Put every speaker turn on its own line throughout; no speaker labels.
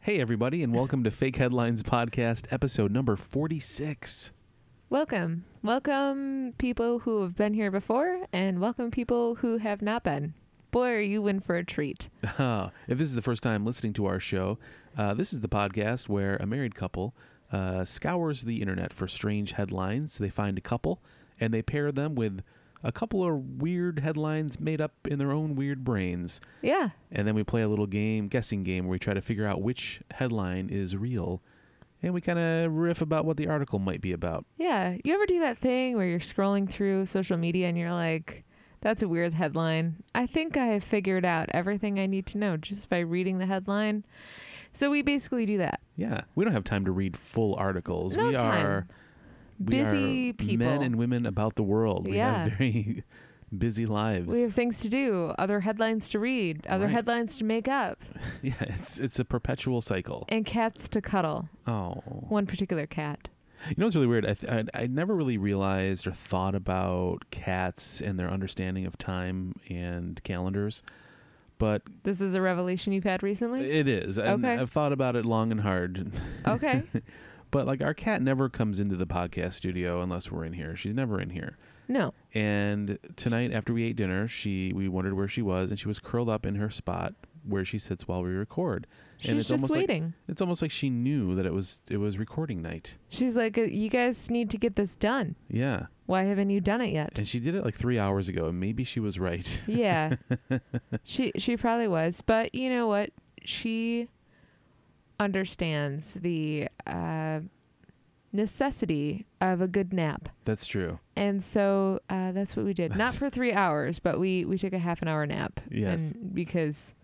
Hey, everybody, and welcome to Fake Headlines Podcast, episode number 46.
Welcome. Welcome people who have been here before and welcome people who have not been. Boy, are you in for a treat.
Uh-huh. if this is the first time listening to our show, uh, this is the podcast where a married couple uh, scours the internet for strange headlines. They find a couple and they pair them with a couple of weird headlines made up in their own weird brains.
Yeah.
And then we play a little game, guessing game, where we try to figure out which headline is real. And we kind of riff about what the article might be about.
Yeah. You ever do that thing where you're scrolling through social media and you're like, that's a weird headline. I think I have figured out everything I need to know just by reading the headline. So we basically do that.
Yeah, we don't have time to read full articles.
No
we
time.
are we
Busy
are
people.
men and women about the world. We have
Yeah.
very busy lives.
We have things to do, other headlines to read, other
Right.
headlines to make up,
yeah, it's it's a perpetual cycle.
and cats to cuddle.
Oh,
One particular cat.
you know what's really weird? I, th- I I never really realized or thought about cats and their understanding of time and calendars, but
This is a revelation you've had recently?
it is. And
Okay.
I've thought about it long and hard.
Okay.
But like our cat never comes into the podcast studio unless we're in here. She's never in here.
No.
And tonight, after we ate dinner, she we wondered where she was, and she was curled up in her spot where she sits while we record. and
She's
it's
just
almost like
waiting.
it's almost like she knew that it was it was recording night.
She's like, "Uh, you guys need to get this done.
Yeah,
Why haven't you done it yet?
and she did it like three hours ago, and maybe she was right.
yeah, she she probably was, but you know what? She understands the uh, necessity of a good nap,
That's true.
and so uh, that's what we did. Not for three hours, but we we took a half an hour nap.
Yes.
and because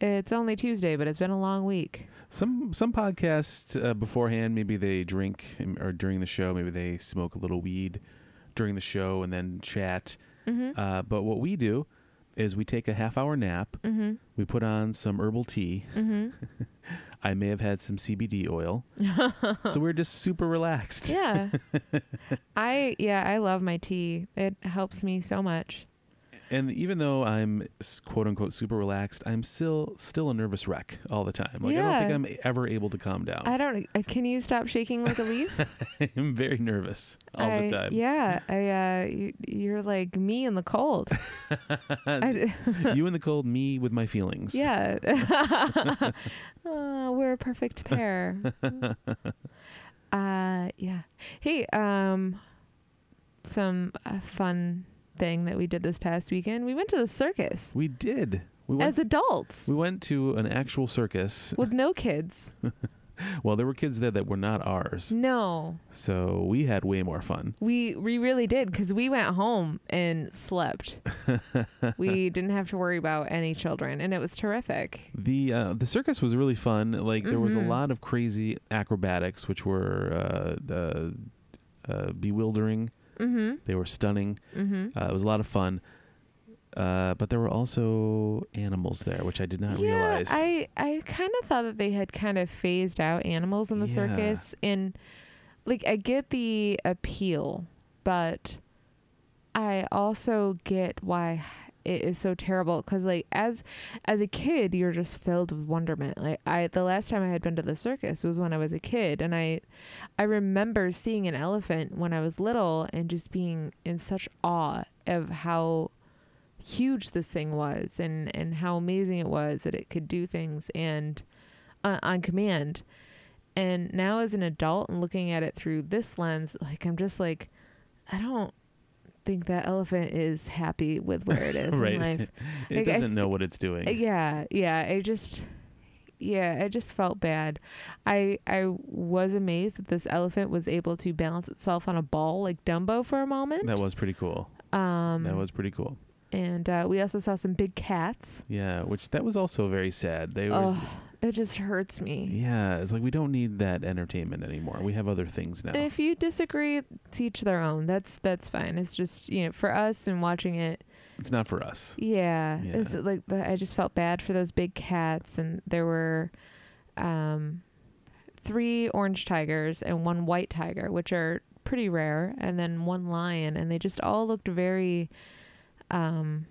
it's only Tuesday, but it's been a long week.
Some some podcasts uh, beforehand, maybe they drink um, or during the show, maybe they smoke a little weed during the show and then chat.
Mm-hmm.
Uh, but what we do is we take a half hour nap,
mm-hmm.
we put on some herbal tea.
Mm-hmm.
I may have had some CBD oil. so we're just super relaxed.
Yeah. I yeah, I love my tea. It helps me so much.
And even though I'm s- quote unquote super relaxed, I'm still still a nervous wreck all the time. Like I
Yeah.
don't think I'm ever able to calm down.
I don't uh, can you stop shaking like a leaf?
I'm very nervous all
I,
the time.
Yeah, I uh you, you're like me in the cold. I,
you in the cold, me with my feelings.
yeah. oh, we're a perfect pair. Uh yeah. Hey, um some uh, fun thing that we did this past weekend. We went to the circus
We did. We went
as adults
we went to an actual circus.
with no kids.
Well, there were kids there that were not ours.
Mm. No.
So we had way more fun.
We we really did because we went home and slept. we didn't have to worry about any children, and it was terrific.
The uh, the circus was really fun. Like there was a
Mhm.
lot of crazy acrobatics, which were uh, uh, uh, bewildering.
Mm-hmm.
They were stunning.
Mm-hmm.
Uh, it was a lot of fun. Uh, but there were also animals there, which I did not
yeah,
realize.
I I kind of thought that they had kind of phased out animals in the
Yeah.
circus, and like I get the appeal, but I also get why it is so terrible because like as as a kid you're just filled with wonderment like i the last time i had been to the circus was when i was a kid and i i remember seeing an elephant when i was little and just being in such awe of how huge this thing was and and how amazing it was that it could do things and uh, on command and now as an adult and looking at it through this lens like i'm just like i don't think that elephant is happy with where it is
Right.
in life
it
like, I
doesn't
f-
know what it's doing.
yeah, yeah. I just, yeah, I just felt bad. I I was amazed that this elephant was able to balance itself on a ball like Dumbo for a moment.
that was pretty cool.
um,
That was pretty cool.
and uh, we also saw some big cats.
Yeah, which that was also very sad. They were.
Oh, it just hurts me.
Yeah, it's like we don't need that entertainment anymore. We have other things now.
And if you disagree, teach their own. That's that's fine. It's just you know for us and watching it.
It's not for us.
Yeah,
Yeah.
it's like the, I just felt bad for those big cats, and there were um, three orange tigers and one white tiger, which are pretty rare, and then one lion, and they just all looked very um,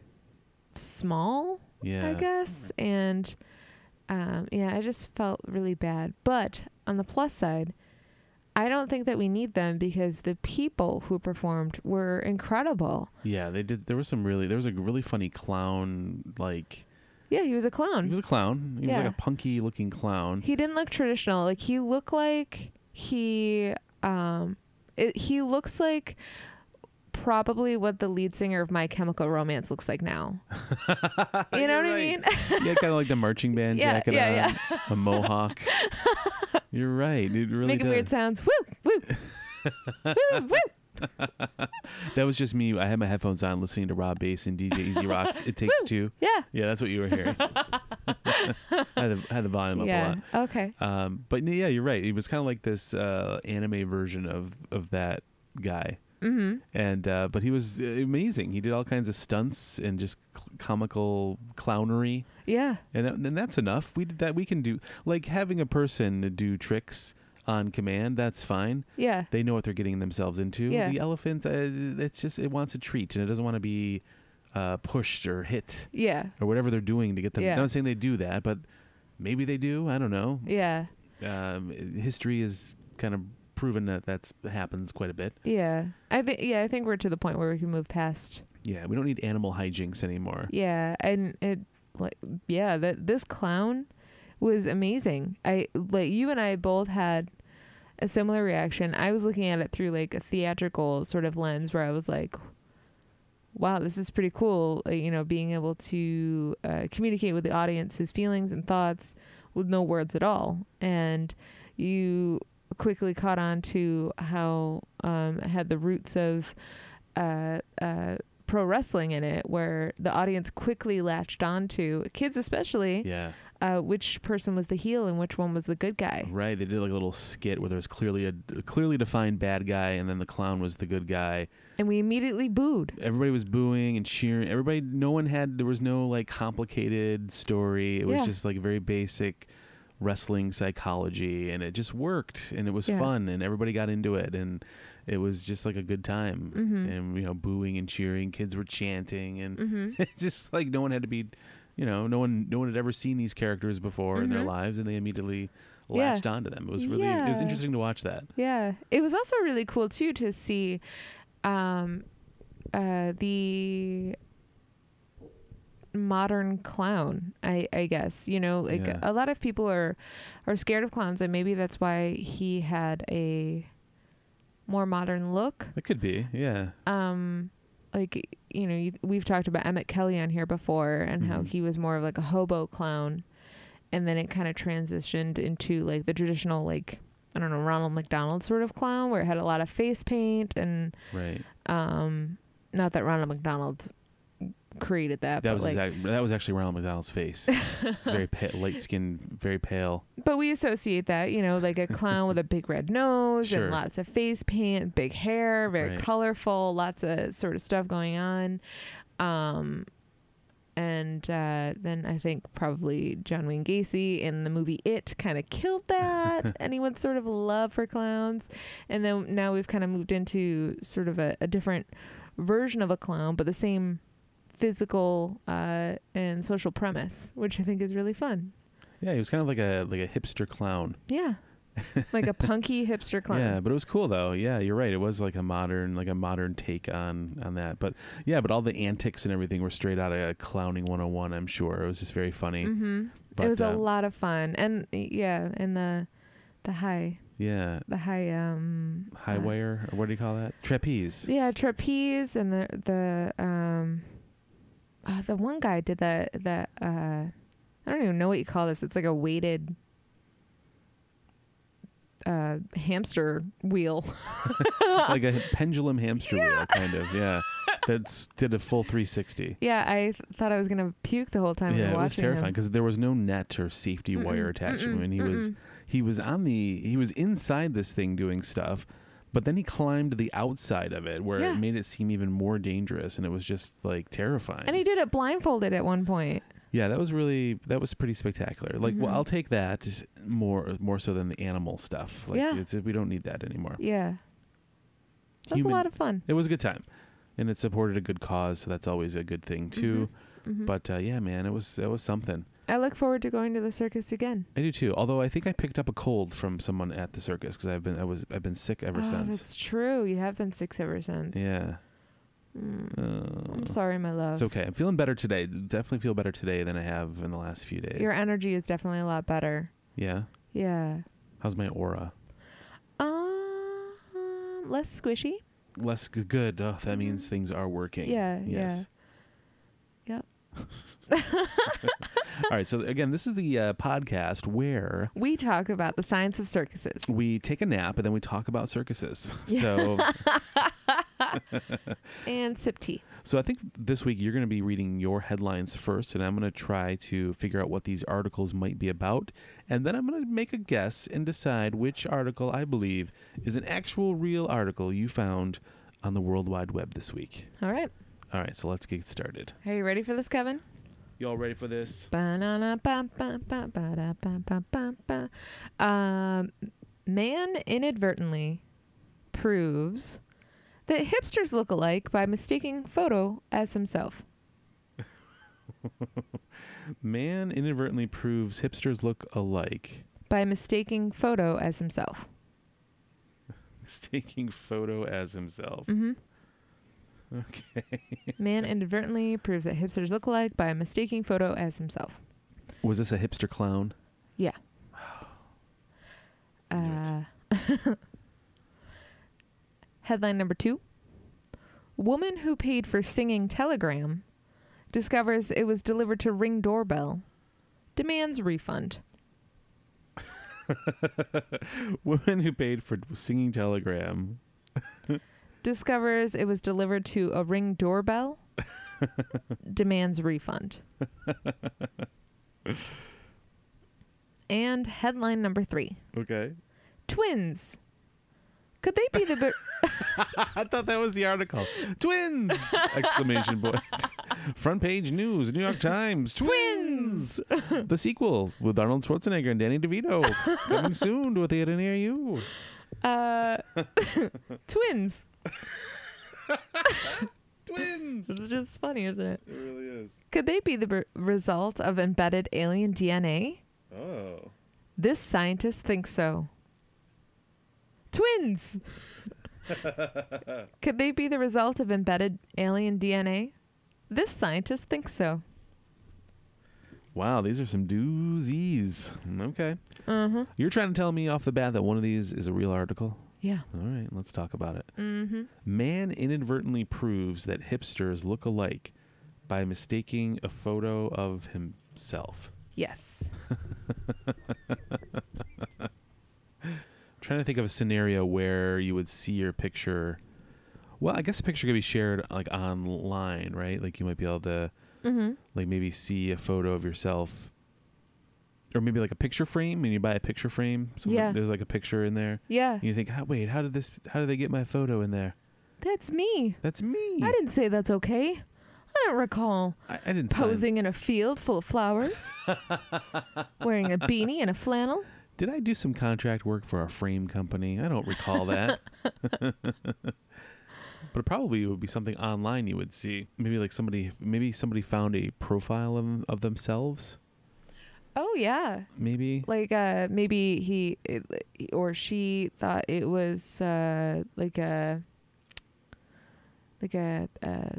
small,
Yeah.
I guess, and um, yeah, I just felt really bad. But on the plus side, I don't think that we need them because the people who performed were incredible.
Yeah, they did. There was some really. There was a really funny clown. Like
Yeah, he was a clown.
he was a clown. He was
Yeah.
like a punky looking clown.
He didn't look traditional. Like he looked like he um it, he looks like probably what the lead singer of My Chemical Romance looks like now. you know
You're
what I
right.
mean?
yeah, kind of like the marching band
Yeah,
jacket
yeah,
on, a mohawk. You're right. It really
Making
does.
weird sounds. Woo, woo. woo, woo.
That was just me. I had my headphones on, listening to Rob Bass and DJ Easy Rocks. It takes two.
Yeah.
Yeah, that's what you were hearing. I had the, had the volume up a
yeah.
lot.
Okay.
Um, but yeah, you're right. It was kind of like this uh, anime version of of that guy.
Mhm.
And uh, but he was uh, amazing. He did all kinds of stunts and just cl- comical clownery.
Yeah.
and that- then that's enough. We did that we can do like having a person do tricks on command. That's fine.
Yeah.
They know what they're getting themselves into.
Yeah.
The elephant, uh, it's just it wants a treat and it doesn't want to be uh, pushed or hit
Yeah.
or whatever they're doing to get them.
Yeah.
I'm not saying they do that, but maybe they do. I don't know.
Yeah.
Um, history has kind of proven that that's happens quite a bit.
Yeah. I think yeah, I think we're to the point where we can move past.
Yeah, we don't need animal hijinks anymore.
Yeah, and it like yeah, that this clown was amazing. I like you and I both had a similar reaction. I was looking at it through like a theatrical sort of lens where I was like wow, this is pretty cool, uh, you know, being able to uh, communicate with the audience his feelings and thoughts with no words at all. And you quickly caught on to how um, it had the roots of uh, uh, pro wrestling in it, where the audience quickly latched onto kids, especially
Yeah,
uh, which person was the heel and which one was the good guy.
right. They did like a little skit where there was clearly a a clearly defined bad guy, and then the clown was the good guy.
And we immediately booed.
everybody was booing and cheering. Everybody, no one had. There was no like complicated story. It was
Yeah.
just like very basic wrestling psychology, and it just worked, and it was
Yeah.
fun, and everybody got into it, and it was just like a good time.
Mhm.
And you know, booing and cheering, kids were chanting, and
hmm
it's just like no one had to be, you know, no one, no one had ever seen these characters before in their
Mhm.
lives, and they immediately
Yeah.
latched onto them. It was really, it was
Yeah.
interesting to watch that.
Yeah, it was also really cool too to see um, uh, the modern clown. I, I guess you know, like
Yeah.
a lot of people are are scared of clowns, and maybe that's why he had a more modern look.
It could be, yeah.
Um, like you know, you, we've talked about Emmett Kelly on here before, and how
Mhm.
he was more of like a hobo clown, and then it kind of transitioned into like the traditional like I don't know Ronald McDonald sort of clown, where it had a lot of face paint and
Right.
um, not that Ronald McDonald created that,
That
but
was
like,
exact, that was actually Ronald McDonald's face. It's very pa- light skinned, very pale.
but we associate that you know like a clown with a big red nose
Sure.
and lots of face paint big hair very
Right.
colorful lots of sort of stuff going on um and uh, then I think probably John Wayne Gacy in the movie It kind of killed that anyone's sort of love for clowns, and then now we've kind of moved into sort of a, a different version of a clown, but the same physical uh, and social premise, which I think is really fun.
Yeah, he was kind of like a like a hipster clown.
Yeah. like a punky hipster clown.
Yeah, but it was cool though. Yeah, you're right. It was like a modern like a modern take on on that. But yeah, but all the antics and everything were straight out of clowning 101. I'm sure it was just very funny.
hmm
But,
it was a
uh,
lot of fun, and yeah, and the the high
Yeah,
the high um
high
uh,
wire or what do you call that? Trapeze.
yeah trapeze and the the um uh, the one guy did the the uh I don't even know what you call this. It's like a weighted uh hamster wheel.
like a pendulum hamster wheel kind of. Yeah, that's did a full 360.
yeah, I th- thought I was gonna puke the whole time. we
yeah,
were
it was
watching
terrifying
Him.
because there was no net or safety wire
Mm-mm,
attached to
mm-mm,
him, and he was
mm-mm.
he was on the he was inside this thing doing stuff, but then he climbed the outside of it where
Yeah.
it made it seem even more dangerous, and it was just like terrifying.
And he did it blindfolded at one point.
yeah, that was really that was pretty spectacular. Like, well,
Mhm.
I'll take that more more so than the animal stuff. Like,
Yeah.
it's, we don't need that anymore.
Yeah. That was
Human-
a lot of fun.
It was a good time, and it supported a good cause, so that's always a good thing too.
Mhm.
But uh, yeah, man, it was it was something.
I look forward to going to the circus again.
I do too. Although I think I picked up a cold from someone at the circus because I've been I was I've been sick ever
oh,
since.
that's true. You have been sick ever since.
Yeah.
Mm.
Uh,
I'm sorry, my love.
It's okay. I'm feeling better today. Definitely feel better today than I have in the last few days.
Your energy is definitely a lot better.
yeah.
Yeah.
How's my aura?
Um, less squishy.
Less g- good. Ugh, that means things are working.
Mm-hmm. Yeah,
Yes.
yeah. Yep.
All right. So again, this is the uh, podcast where
We talk about the science of circuses.
we take a nap and then we talk about circuses. So
and sip tea.
So I think this week you're going to be reading your headlines first, and I'm going to try to figure out what these articles might be about, and then I'm going to make a guess and decide which article I believe is an actual real article you found on the World Wide Web this week.
All right.
All right, so let's get started.
Are you ready for this, Kevin?
Y'all ready for this?
Banana, ba, ba, ba, ba, da, ba, ba, ba, ba. Um, man inadvertently proves that hipsters look alike by mistaking photo as himself.
Man inadvertently proves hipsters look alike.
By mistaking photo as himself.
Mistaking photo as himself.
Mm-hmm.
Okay.
Man inadvertently proves that hipsters look alike by mistaking photo as himself.
Was this a hipster clown?
Yeah.
Knew
Uh,
it.
headline number two Woman who paid for singing telegram discovers it was delivered to ring doorbell, demands refund.
Woman who paid for singing telegram
Discovers it was delivered to a ring doorbell, demands refund. and headline number three
Okay.
Twins. Could they be the. Be-
I thought that was the article. Twins! Exclamation point. Front page news, New York Times. Twins! the sequel with Arnold Schwarzenegger and Danny DeVito. Coming soon to a theater near you.
Uh, twins.
Twins!
This is just funny, isn't it?
It really is.
Could they be the b- result of embedded alien DNA?
Oh.
This scientist thinks so. Twins. Could they be the result of embedded alien DNA? This scientist thinks so.
Wow, these are some doozies. Okay.
Mm-hmm.
You're trying to tell me off the bat that one of these is a real article?
Yeah.
All right, let's talk about it.
Mm-hmm.
Man inadvertently proves that hipsters look alike by mistaking a photo of himself.
Yes.
trying to think of a scenario where you would see your picture. Well, I guess a picture could be shared like online, right? Like you might be able to
Mm-hmm.
like maybe see a photo of yourself, or maybe like a picture frame, and you buy a picture frame. So
Yeah.
there's like a picture in there,
Yeah.
and you think, "How- wait, how did this? How did they get my photo in there?
That's me.
That's me.
I didn't say that's okay. I don't recall
I, I didn't sign-
posing in a field full of flowers, wearing a beanie and a flannel.
Did I do some contract work for a frame company? I don't recall that. but it probably would be something online you would see. Maybe like somebody maybe somebody found a profile of, of themselves,
Oh yeah,
maybe.
like uh, maybe he it- or she thought it was uh, like a like a a,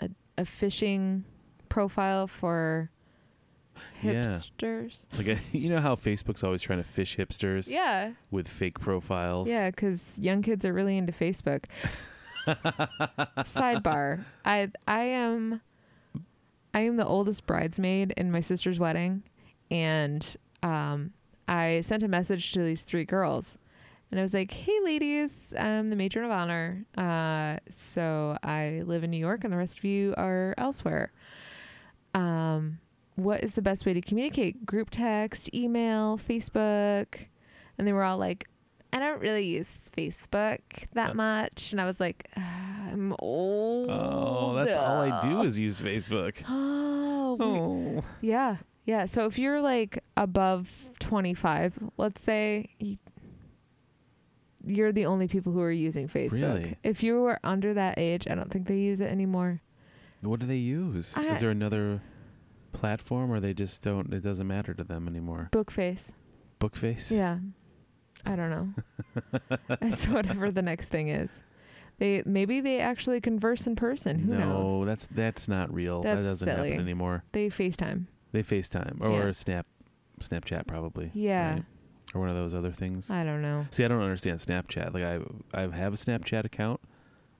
a a phishing profile for
Yeah.
hipsters.
Like a, you know how Facebook's always trying to fish hipsters
Yeah,
with fake profiles.
yeah, because young kids are really into Facebook. Sidebar: I I am I am the oldest bridesmaid in my sister's wedding, and um, I sent a message to these three girls, and I was like, "Hey, ladies, I'm the matron of honor. Uh, so I live in New York, and the rest of you are elsewhere. Um, what is the best way to communicate? Group text, email, Facebook?" And they were all like, I don't really use Facebook
Uh.
that much. And I was like, "Ah, I'm old.
Oh, that's all I do is use Facebook.
Oh, we-
Oh.
yeah. Yeah. So if you're like above 25, let's say y- you're the only people who are using Facebook.
Really?
If you were under that age, I don't think they use it anymore.
What do they use?
I-
is there another platform, or they just don't. It doesn't matter to them anymore.
Bookface.
Bookface.
Yeah. I don't know. That's whatever the next thing is. They maybe they actually converse in person.
no,
Who knows?
that's that's not real. that
That's
doesn't
silly.
happen anymore.
They FaceTime.
They FaceTime or
Yeah.
Snap, Snapchat probably.
Yeah.
right? Or one of those other things.
I don't know.
See, I don't understand Snapchat. Like I I have a Snapchat account.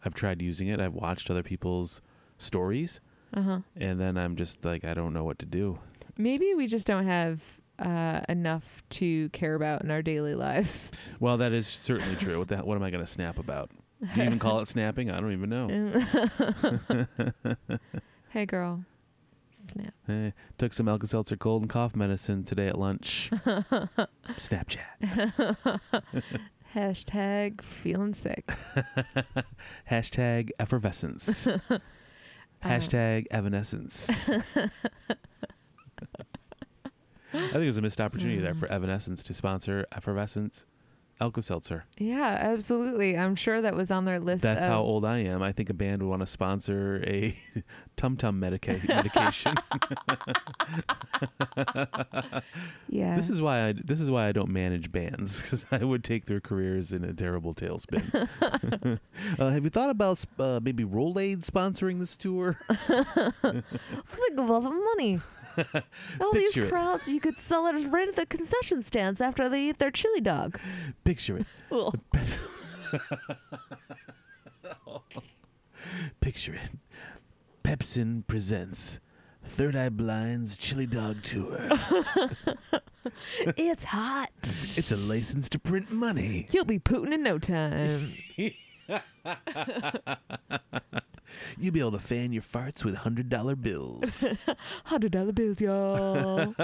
I've tried using it. I've watched other people's stories
Uh huh.
and then I'm just like I don't know what to do.
Maybe we just don't have uh, enough to care about in our daily lives.
Well, that is certainly true. What the hell, what am I going to snap about? Do you even call it snapping? I don't even know. Oh.
hey, girl. Snap.
Eh, took some Alka-Seltzer cold and cough medicine today at lunch. Snapchat.
Hashtag feeling sick.
Hashtag effervescence. Hashtag evanescence. I think it was a missed opportunity there for Evanescence to sponsor Effervescence Alka-Seltzer.
Yeah, absolutely. I'm sure that was on their list.
That's
of,
how old I am. I think a band would want to sponsor a tum tum medica- medication.
Yeah.
This is why I this is why I don't manage bands because I would take their careers in a terrible tailspin. uh, have you thought about uh, maybe Rolade sponsoring this tour?
Think of all the money. all these
Picture it.
crowds, you could sell it right at the concession stands after they eat their chili dog.
Picture it,
Ugh.
picture it. Pepsin presents Third Eye Blind's Chili Dog Tour.
it's hot.
it's a license to print money.
You'll be pooting in no time.
You'll be able to fan your farts with hundred dollar bills.
Hundred dollar bills, y'all.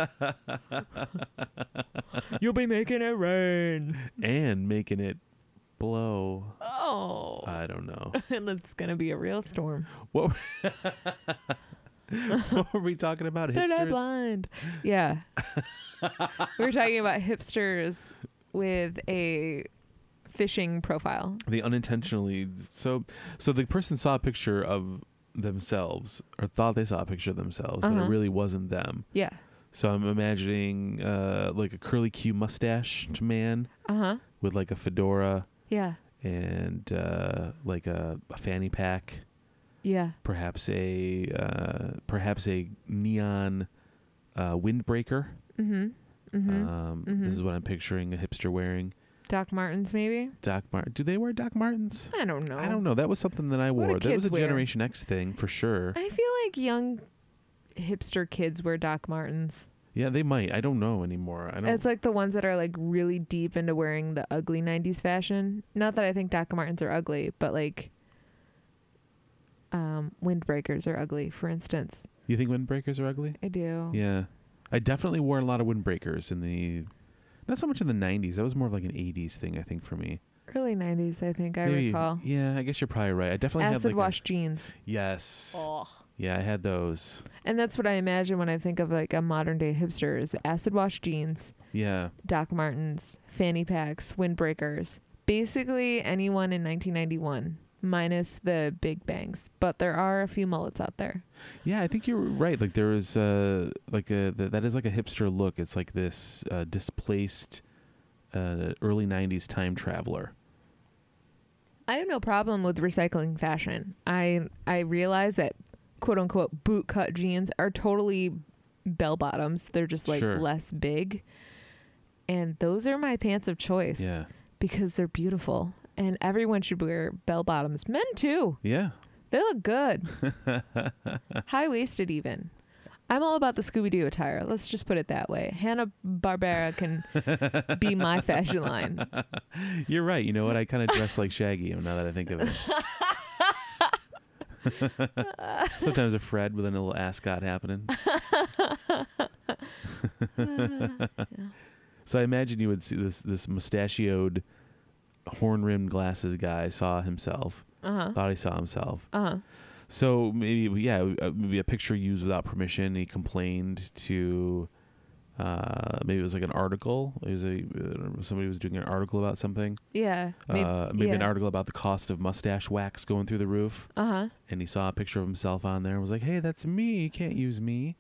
You'll be making it rain.
and making it blow.
Oh,
I don't know.
and it's gonna be a real storm.
What were, what were we talking about?
They're not
Hipsters?
blind. Yeah, we were talking about hipsters with a fishing profile.
They unintentionally so so the person saw a picture of themselves or thought they saw a picture of themselves, but
Uh-huh.
it really wasn't them.
Yeah.
So I'm imagining uh, like a curly Q mustached man
Uh huh.
with like a fedora
Yeah.
and uh, like a, a fanny pack,
Yeah.
perhaps a uh, perhaps a neon uh, windbreaker.
Mm hmm. Mm hmm.
Um,
Mhm.
This is what I'm picturing a hipster wearing.
Doc Martens, maybe.
Doc Mart. Do they wear Doc Martens?
I don't know.
I don't know. That was something that I
What do
wore. That was a
kids wear?
Generation X thing for sure.
I feel like young hipster kids wear Doc Martens.
Yeah, they might. I don't know anymore. I don't.
It's like the ones that are like really deep into wearing the ugly 90s fashion. Not that I think Doc Martens are ugly, but like um windbreakers are ugly, for instance.
you think windbreakers are ugly?
I do.
Yeah, I definitely wore a lot of windbreakers in the. Not so much in the '90s. That was more of like an '80s thing, I think, for me.
Early 90s, I think I
Maybe-
recall.
Yeah, I guess you're probably right. I definitely had
Acid
like a-
wash jeans.
yes.
Oh.
Yeah, I had those.
And that's what I imagine when I think of like a modern day hipster is acid wash jeans,
Yeah,
Doc Martens, fanny packs, windbreakers. Basically anyone in 1991 minus the big bangs, but there are a few mullets out there.
yeah. I think you're right. Like there is uh like a th- that is like a hipster look. It's like this uh, displaced uh, early '90s time traveler.
I have no problem with recycling fashion. I I realize that quote unquote bootcut jeans are totally bell bottoms. They're just like
Sure.
less big. And those are my pants of choice
Yeah,
because they're beautiful. And everyone should wear bell bottoms. Men too.
yeah.
They look good. High waisted even. I'm all about the Scooby Doo attire. Let's just put it that way. Hanna Barbera can be my fashion line.
You're right. You know what? I kind of dress like Shaggy now that I think of it. Sometimes a Fred with a little ascot happening. so I imagine you would see this this mustachioed, horn rimmed glasses guy saw himself,
Uh huh.
thought he saw himself.
Uh huh.
So maybe yeah, uh, maybe a picture used without permission. He complained to. Uh, maybe it was like an article. It was a uh, somebody was doing an article about something,
Yeah.
uh, maybe an
yeah.
article about the cost of mustache wax going through the roof,
Uh huh.
and he saw a picture of himself on there and was like, "Hey, that's me. You can't use me."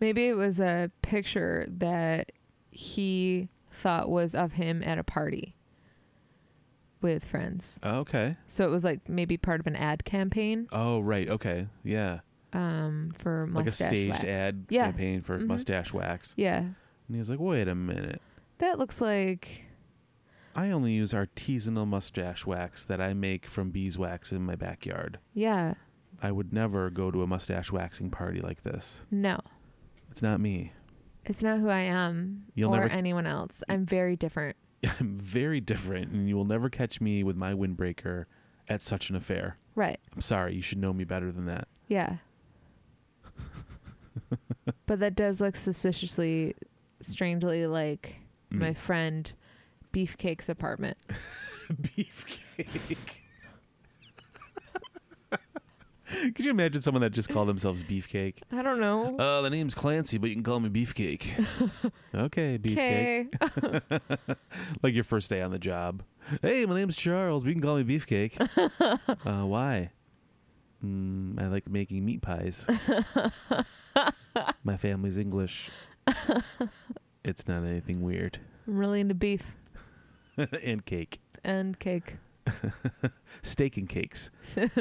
Maybe it was a picture that he thought was of him at a party with friends.
Okay.
So it was like maybe part of an ad campaign
Oh, right. Okay. Yeah.
um for
Like a
mustache
staged
wax.
ad
Yeah.
campaign for
Mhm.
mustache wax.
Yeah.
And he was like, wait a minute.
That looks like
I only use artisanal mustache wax that I make from beeswax in my backyard.
yeah,
I would never go to a mustache waxing party like this.
no.
It's not me.
It's not who I am
You'll
or
never-
anyone else. I'm very different.
I'm very different, and you will never catch me with my windbreaker at such an affair.
Right.
I'm sorry. You should know me better than that.
Yeah. but that does look suspiciously strangely like
Mm.
my friend Beefcake's apartment.
beefcake. Could you imagine someone that just called themselves beefcake?
I don't know.
Uh, the name's Clancy, but you can call me beefcake. okay, beefcake.
Okay.
Like your first day on the job. Hey, my name's Charles, but you can call me beefcake. uh, why? Mm, I like making meat pies. my family's English. it's not anything weird.
I'm really into beef
and cake.
and cake.
Steak and cakes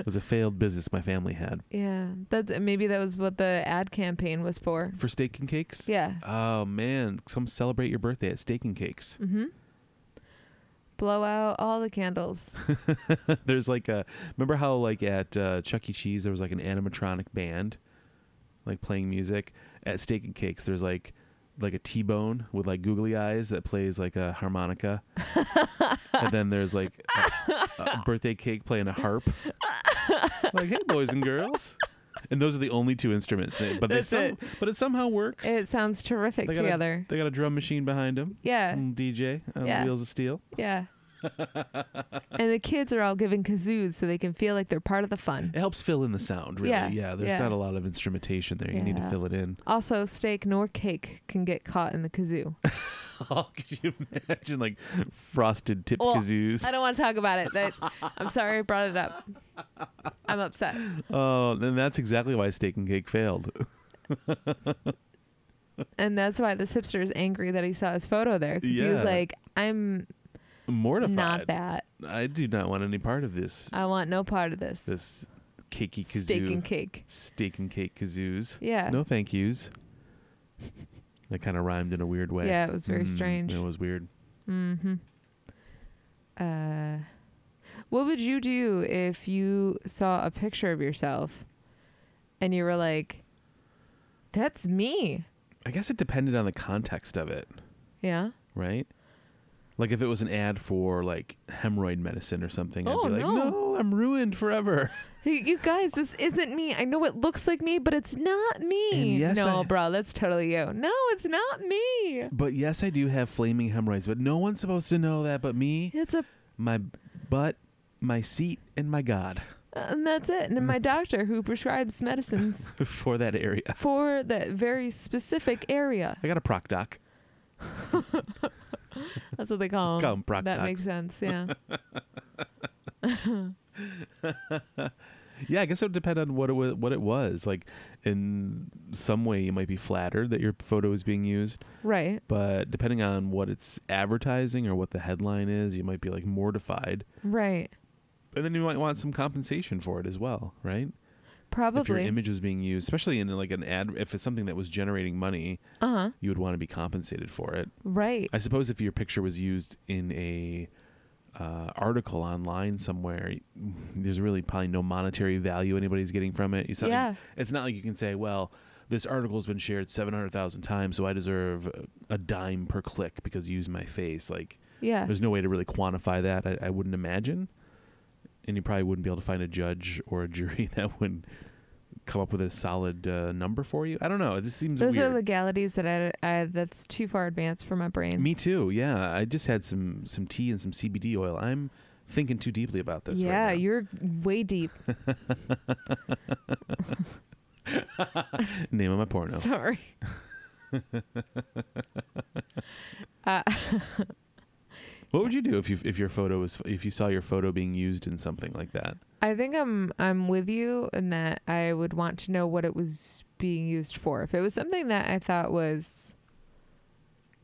was a failed business my family had.
Yeah. That's maybe that was what the ad campaign was for.
For steak and cakes?
Yeah.
Oh man, come celebrate your birthday at Steak and Cakes.
Mm-hmm. Blow out all the candles.
There's like a remember how like at uh, Chuck E. Cheese there was like an animatronic band, like playing music. At Steak and Cakes there's like like a T-bone with like googly eyes that plays like a harmonica, and then there's like a, a birthday cake playing a harp. like hey boys and girls, and those are the only two instruments. They- but
That's
they some,
it.
but it somehow works.
It sounds terrific
They gotta-
together.
they got a drum machine behind Mm, them.
yeah.
DJ on
Yeah.
um, wheels of steel.
Yeah. and the kids are all giving kazoos so they can feel like they're part of the fun.
It helps fill in the sound, really. Yeah,
Yeah,
there's
yeah.
not a lot of instrumentation there. You need to
Yeah.
fill it in.
Also, steak nor cake can get caught in the kazoo.
Oh, could you imagine like frosted tip
Well,
kazoos?
I don't want to talk about it. That I'm sorry I brought it up. I'm upset.
Oh, then that's exactly why Steak and Cake failed.
And that's why this hipster is angry that he saw his photo there. 'cause he was
Yeah.
like, I'm
Mortified.
not that.
I do not want any part of this.
I want no part of this.
This cakey kazoo.
steak and cake.
Steak and cake kazoos.
Yeah.
No thank yous. that kind of rhymed in a weird way.
Yeah, it was very
Mm,
strange.
It was weird.
Mm-hmm. Uh, what would you do if you saw a picture of yourself and you were like, that's me?
I guess it depended on the context of it.
Yeah.
right? Like if it was an ad for like hemorrhoid medicine or something,
Oh,
I'd be like, no.
no.
I'm ruined forever."
Hey, You guys, this isn't me. I know it looks like me, but it's not me.
And yes,
no,
I-
bro, that's totally you. No, it's not me.
But yes, I do have flaming hemorrhoids, but no one's supposed to know that but me,
It's a,
my butt, my seat, and my God
and that's it. And my doctor who prescribes medicines
for that area.
for that very specific area.
I got a proc doc.
That's what they call 'em.
Call 'em proc
that
docs.
makes sense. Yeah.
Yeah, I guess it would depend on what it was, what it was. Like in some way, you might be flattered that your photo is being used,
right.
but depending on what it's advertising or what the headline is, you might be like mortified.
Right.
But then you might want some compensation for it as well, right?
Probably.
if your image was being used, especially in like an ad, if it's something that was generating money,
Uh huh.
you would want to be compensated for it.
Right.
I suppose if your picture was used in a uh, article online somewhere, there's really probably no monetary value anybody's getting from it. It's not,
Yeah.
it's not like you can say, well, this article's been shared 700,000 times, so I deserve a dime per click because you used my face. Like,
Yeah.
there's no way to really quantify that, I, I wouldn't imagine. And you probably wouldn't be able to find a judge or a jury that would come up with a solid uh, number for you. I don't know. This seems
Those
weird.
are legalities that I, I that's too far advanced for my brain.
Me too. Yeah, I just had some some tea and some CBD oil. I'm thinking too deeply about this.
yeah,
right now.
you're way deep.
name of my porno.
Sorry. uh,
What would you do if you if your photo was if you saw your photo being used in something like that?
I think I'm I'm with you in that I would want to know what it was being used for. If it was something that I thought was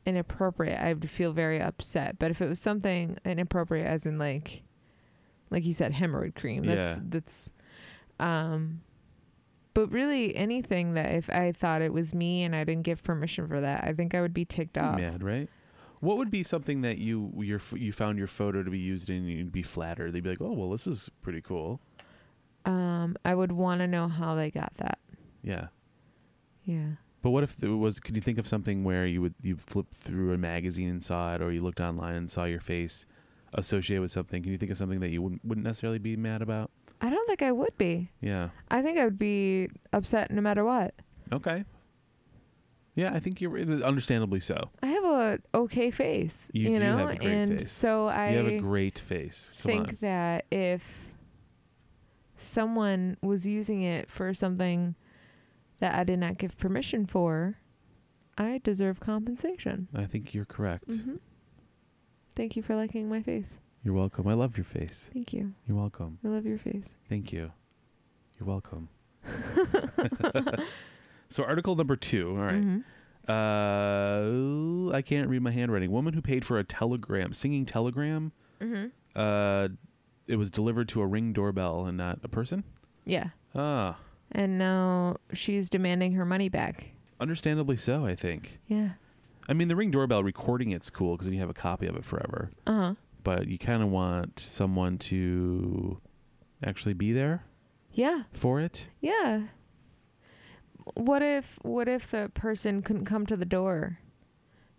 inappropriate, I would feel very upset. But if it was something inappropriate as in like like you said, hemorrhoid cream, that's
Yeah.
that's um but really anything that if I thought it was me and I didn't give permission for that, I think I would be ticked
Be
off.
Mad, right? What would be something that you your f- you found your photo to be used in? and You'd be flattered. They'd be like, "Oh, well, this is pretty cool."
Um I would want to know how they got that.
Yeah.
Yeah.
But what if it was? Could you think of something where you would you flipped through a magazine and saw it, or you looked online and saw your face associated with something? Can you think of something that you wouldn't wouldn't necessarily be mad about?
I don't think I would be.
Yeah.
I think I would be upset no matter what.
Okay. Yeah, I think you're understandably so.
I have a okay face,
You
you,
do
know,
have a great
and
face.
so I
you have a great face. Come
think
on.
that if someone was using it for something that I did not give permission for, I deserve compensation.
I think you're correct.
hmm Thank you for liking my face.
You're welcome. I love your face.
Thank you.
You're welcome.
I love your face.
Thank you. You're welcome. so, article number two. All right.
Mhm.
Uh, I can't read my handwriting. Woman who paid for a telegram, singing telegram.
Mhm.
Uh, it was delivered to a ring doorbell and not a person.
Yeah.
Ah,
And now she's demanding her money back.
understandably so. I think.
Yeah.
I mean, the ring doorbell recording it's cool because then you have a copy of it forever.
Uh huh.
But you kind of want someone to actually be there
Yeah.
for it.
Yeah. What if what if the person couldn't come to the door?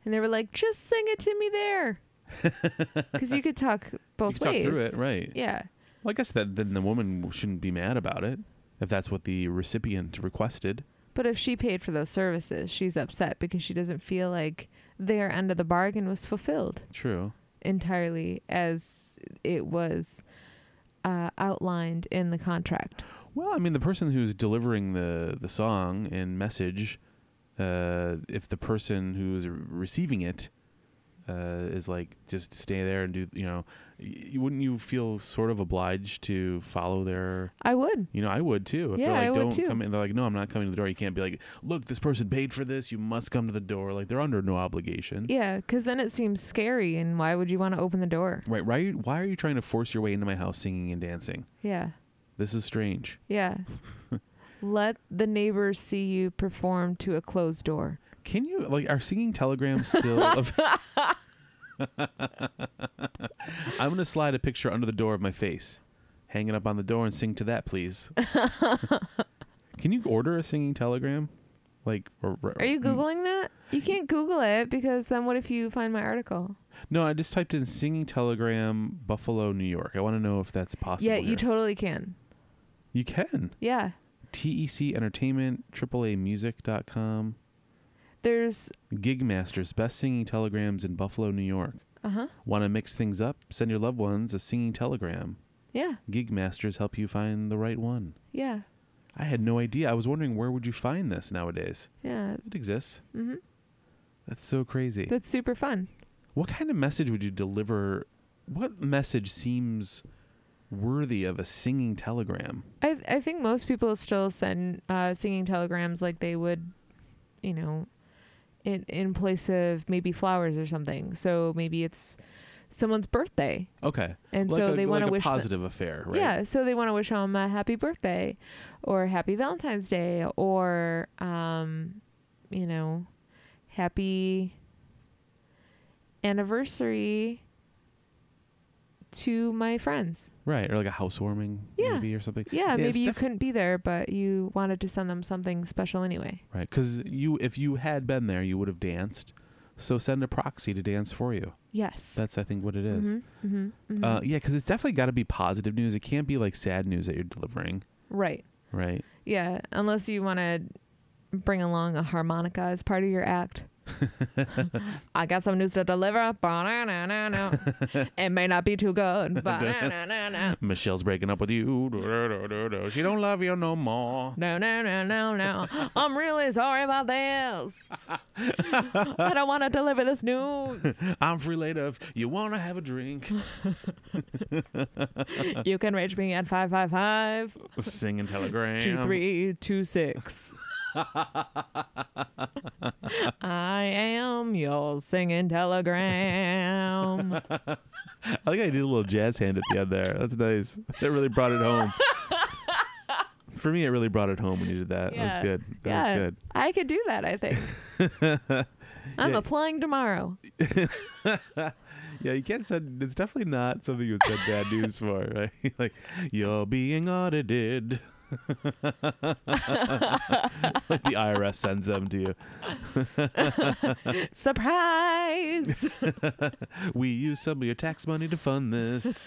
And they were like, "Just sing it to me there." Cuz you could talk both
you can
ways.
talk through it, right?
Yeah.
Well, I guess that then the woman shouldn't be mad about it if that's what the recipient requested.
But if she paid for those services, she's upset because she doesn't feel like their end of the bargain was fulfilled
True.
entirely as it was uh, outlined in the contract.
Well, I mean, the person who's delivering the the song and message, uh, if the person who's re- receiving it uh, is like just stay there and do, you know, y- wouldn't you feel sort of obliged to follow their?
I would.
You know, I would too. If
Yeah,
they're like,
I would
don't
too.
come in, they're like, no, I'm not coming to the door. You can't be like, look, this person paid for this. You must come to the door. Like they're under no obligation.
Yeah, cuz then it seems scary and why would you want to open the door?
Right? Right? Why are you trying to force your way into my house singing and dancing?
Yeah.
This is strange.
Yeah. Let the neighbors see you perform to a closed door.
Can you like are singing telegrams still? Av- I'm gonna slide a picture under the door of my face, hang it up on the door and sing to that, please. Can you order a singing telegram? Like, or, or- mm.
Are you Googling that? You can't Google it because then what if you find my article?
No, I just typed in singing telegram Buffalo, New York. I want to know if that's possible.
yeah, you
here.
totally can.
you can.
Yeah.
TEC Entertainment, AAAmusic.com,
There's
Gigmasters, best singing telegrams in Buffalo, New York.
uh huh.
Want to mix things up? Send your loved ones a singing telegram.
Yeah.
Gig masters help you find the right one.
Yeah.
I had no idea. I was wondering where would you find this nowadays?
Yeah.
It exists.
hmm
That's so crazy.
That's super fun.
what kind of message would you deliver? What message seems worthy of a singing telegram?
I I think most people still send uh, singing telegrams like they would, you know, in in place of maybe flowers or something. So maybe it's someone's birthday,
Okay.
and
like
so
a,
they want
like
to
a
wish them-
positive affair, right?
Yeah, so they want to wish them a happy birthday or happy Valentine's Day or um you know, happy anniversary to my friends.
Right. Or like a housewarming
Yeah.
maybe or something.
Yeah,
it's
maybe you
defi-
couldn't be there, but you wanted to send them something special anyway.
Right. Because you, if you had been there, you would have danced. So send a proxy to dance for you.
Yes.
That's, I think, what it is.
Mm-hmm, hmm
Uh, yeah, because it's definitely got to be positive news. It can't be like sad news that you're delivering,
right.
right?
Yeah, unless you want to bring along a harmonica as part of your act. I got some news to deliver. Ba-na-na-na-na. it may not be too good. Ba-na-na-na-na.
Michelle's breaking up with you. She don't love you no more.
No, no, no, no, no. I'm really sorry about this. I don't want to deliver this news.
I'm free later if you wanna have a drink.
You can reach me at 555
Singing telegram.
2326. I am your singing telegram.
I think I did a little jazz hand at the end there. That's nice. That really brought it home. For me, it really brought it home when you did that. That was good. That
yeah.
was good.
I could do that, I think. I'm
Yeah.
applying tomorrow.
Yeah, you can't send. It's definitely not something you would send bad news for, right? like you're being audited. like the IRS sends them to you.
Surprise!
We use some of your tax money to fund this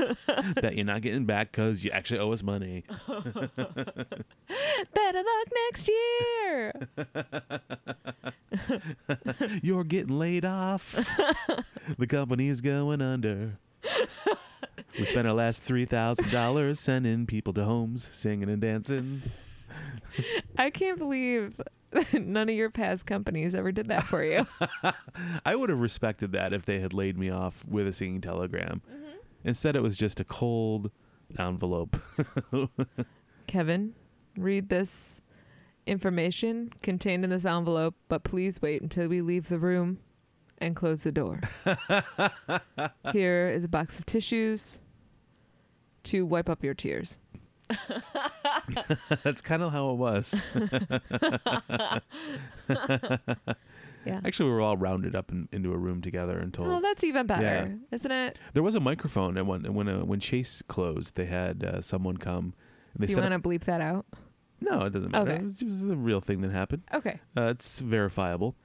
that you're not getting back because you actually owe us money.
Better luck next year.
You're getting laid off. the company is going under. We spent our last three thousand dollars sending people to homes, singing and dancing.
I can't believe none of your past companies ever did that for you.
I would have respected that if they had laid me off with a singing telegram.
Mm-hmm.
Instead, it was just a cold envelope.
Kevin, read this information contained in this envelope, but please wait until we leave the room and close the door. Here is a box of tissues to wipe up your tears.
That's kind of how it was.
Yeah.
Actually, we were all rounded up in, into a room together and told.
Oh, that's even better, isn't it?
there was a microphone, and when when, uh, when Chase closed, they had uh, someone come. And they
Do you
set up-
want to bleep that out?
No, it doesn't matter.
Okay.
It, was, it was a real thing that happened.
Okay.
Uh, it's verifiable.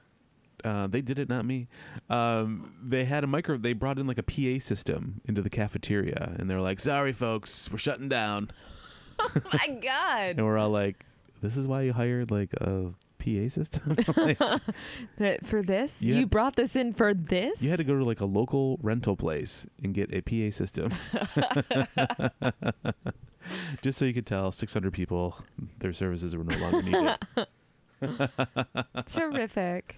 Uh, they did it, not me. Um, they had a micro. They brought in like a PA system into the cafeteria, and they're like, "Sorry, folks, we're shutting down."
My God.
And we're all like, "This is why you hired like a PA system? Like,
But for this?
You
You,
had-
brought this in for this?
you had to go to like a local rental place and get a PA system, just so you could tell 600 people their services were no longer needed."
Terrific.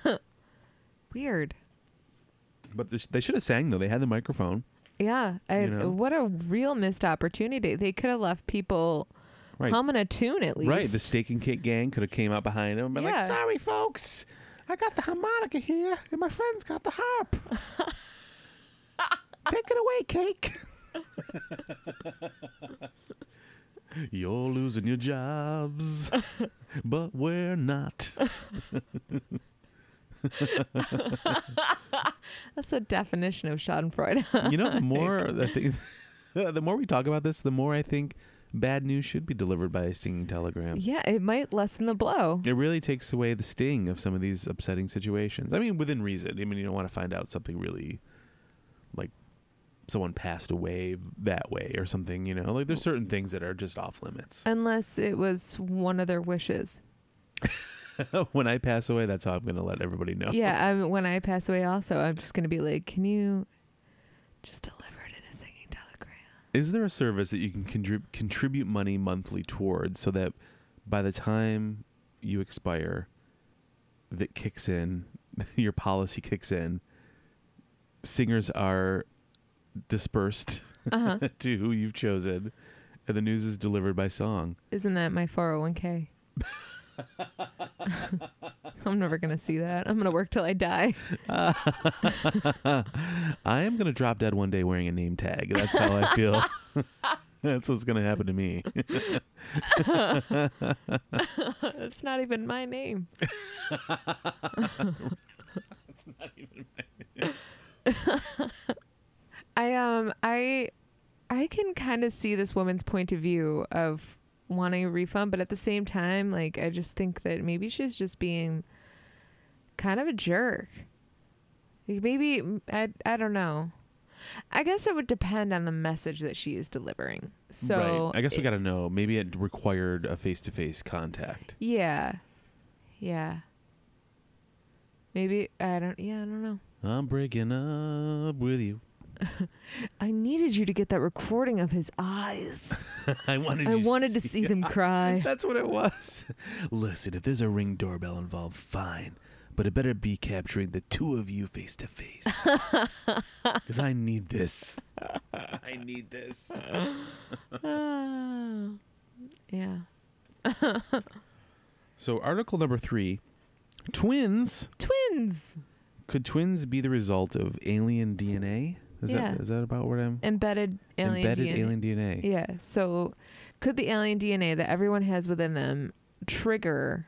Weird.
But this, they should have sang though. They had the microphone.
Yeah. I,
You know?
What a real missed opportunity. They could have left people
Right.
humming a tune at least.
Right, the steak and cake gang could have came out behind him and been
Yeah.
like, "Sorry, folks, I got the harmonica here, and my friend's got the harp. Take it away, cake." You're losing your jobs, but we're not.
That's the definition of Schadenfreude.
You know, the more I think, the more we talk about this, the more I think bad news should be delivered by a singing telegram.
yeah, it might lessen the blow.
It really takes away the sting of some of these upsetting situations. I mean, within reason. I mean, you don't want to find out something really like someone passed away that way or something, you know? Like there's certain things that are just off limits.
Unless it was one of their wishes.
when I pass away, that's how I'm going to let everybody know.
Yeah, I'm, when I pass away, also, I'm just going to be like, can you just deliver it in a singing telegram?
Is there a service that you can contrib- contribute money monthly towards so that by the time you expire that kicks in, your policy kicks in, singers are dispersed
Uh-huh.
to who you've chosen, and the news is delivered by song.
Isn't that my 401k? I'm never going to see that. I'm going to work till I die.
I am going to drop dead one day wearing a name tag. That's how I feel. That's what's going to happen to me.
It's not even my name. I um I I can kind of see this woman's point of view of wanting a refund, but at the same time, like I just think that maybe she's just being kind of a jerk. Like, Maybe I I don't know. I guess it would depend on the message that she is delivering. So
right. I guess we
it-
got to know. Maybe it required a face to face contact.
Yeah. Yeah. Maybe I don't. Yeah, I don't know.
I'm breaking up with you.
I needed you to get that recording of his eyes.
I wanted.
I
you
wanted to
see-
see them cry.
That's what it was. Listen, if there's a ring doorbell involved, fine. But it better be capturing the two of you face to face. Because I need this. I need this.
Ah. yeah.
So, article number three twins.
Twins
Could twins be the result of alien DNA? Is,
Yeah.
that, is that about what I'm.
embedded alien
Embedded
DNA.
alien DNA.
Yeah. So, could the alien DNA that everyone has within them trigger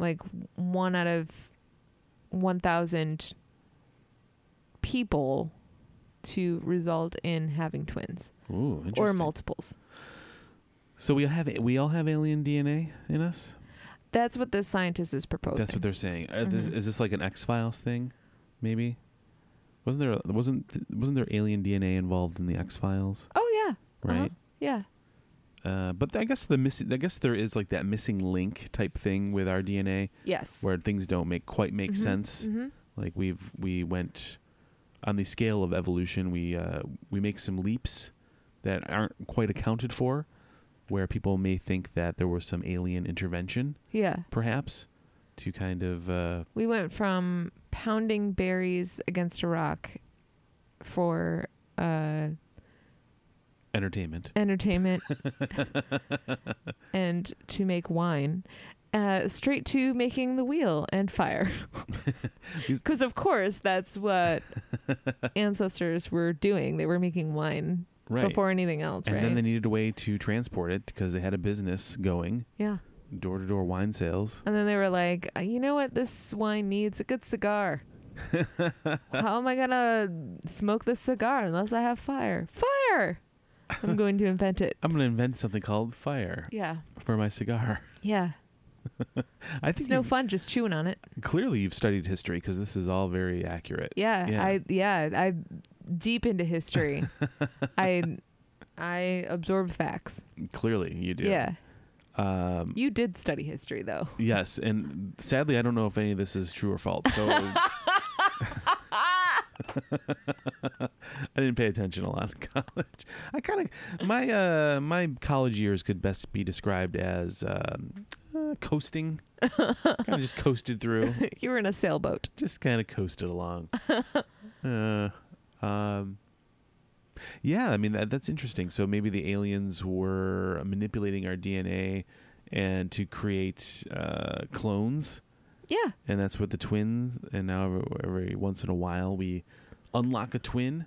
like one out of 1,000 people to result in having twins
Ooh, interesting.
or multiples?
so we all have we all have alien DNA in us.
That's what this scientist is proposing.
That's what they're saying. Are this,
Mhm.
is this like an X Files thing? Maybe. Wasn't there wasn't th- wasn't there alien DNA involved in the X Files?
oh, yeah. Uh-huh.
Right.
Yeah.
uh but I guess the miss- I guess there is like that missing link type thing with our DNA
Yes.
where things don't make quite make
Mhm,
sense.
mhm.
Like we've we went on the scale of evolution. We uh, we make some leaps that aren't quite accounted for, where people may think that there was some alien intervention,
Yeah.
perhaps, to kind of uh,
We went from pounding berries against a rock for uh,
entertainment.
entertainment and to make wine uh, straight to making the wheel and fire.
Is-
Because, of course, that's what ancestors were doing. They were making wine
Right.
before anything else,
and
right?
then they needed a way to transport it because they had a business going
yeah.
door to door wine sales.
And then they were like, "Uh, you know what this wine needs? A good cigar. How am I going to smoke this cigar unless I have fire? Fire! I'm going to invent it.
I'm going to invent something called fire
Yeah.
for my cigar.
Yeah.
I
It's
think
no
you've-
fun just chewing on it.
clearly you've studied history because this is all very accurate.
Yeah,
Yeah.
I yeah, I deep into history. I I absorb facts.
Clearly you do.
Yeah.
Um,
You did study history though.
yes. And sadly, I don't know if any of this is true or false. So I didn't pay attention a lot in college. I kind of my uh, my college years could best be described as um, uh, coasting. kind of just coasted through.
you were in a sailboat.
just kind of coasted along. uh, um, yeah, I mean that, that's interesting. So maybe the aliens were manipulating our DNA and to create uh, clones,
Yeah.
and that's what the twins. And now every, every once in a while we unlock a twin.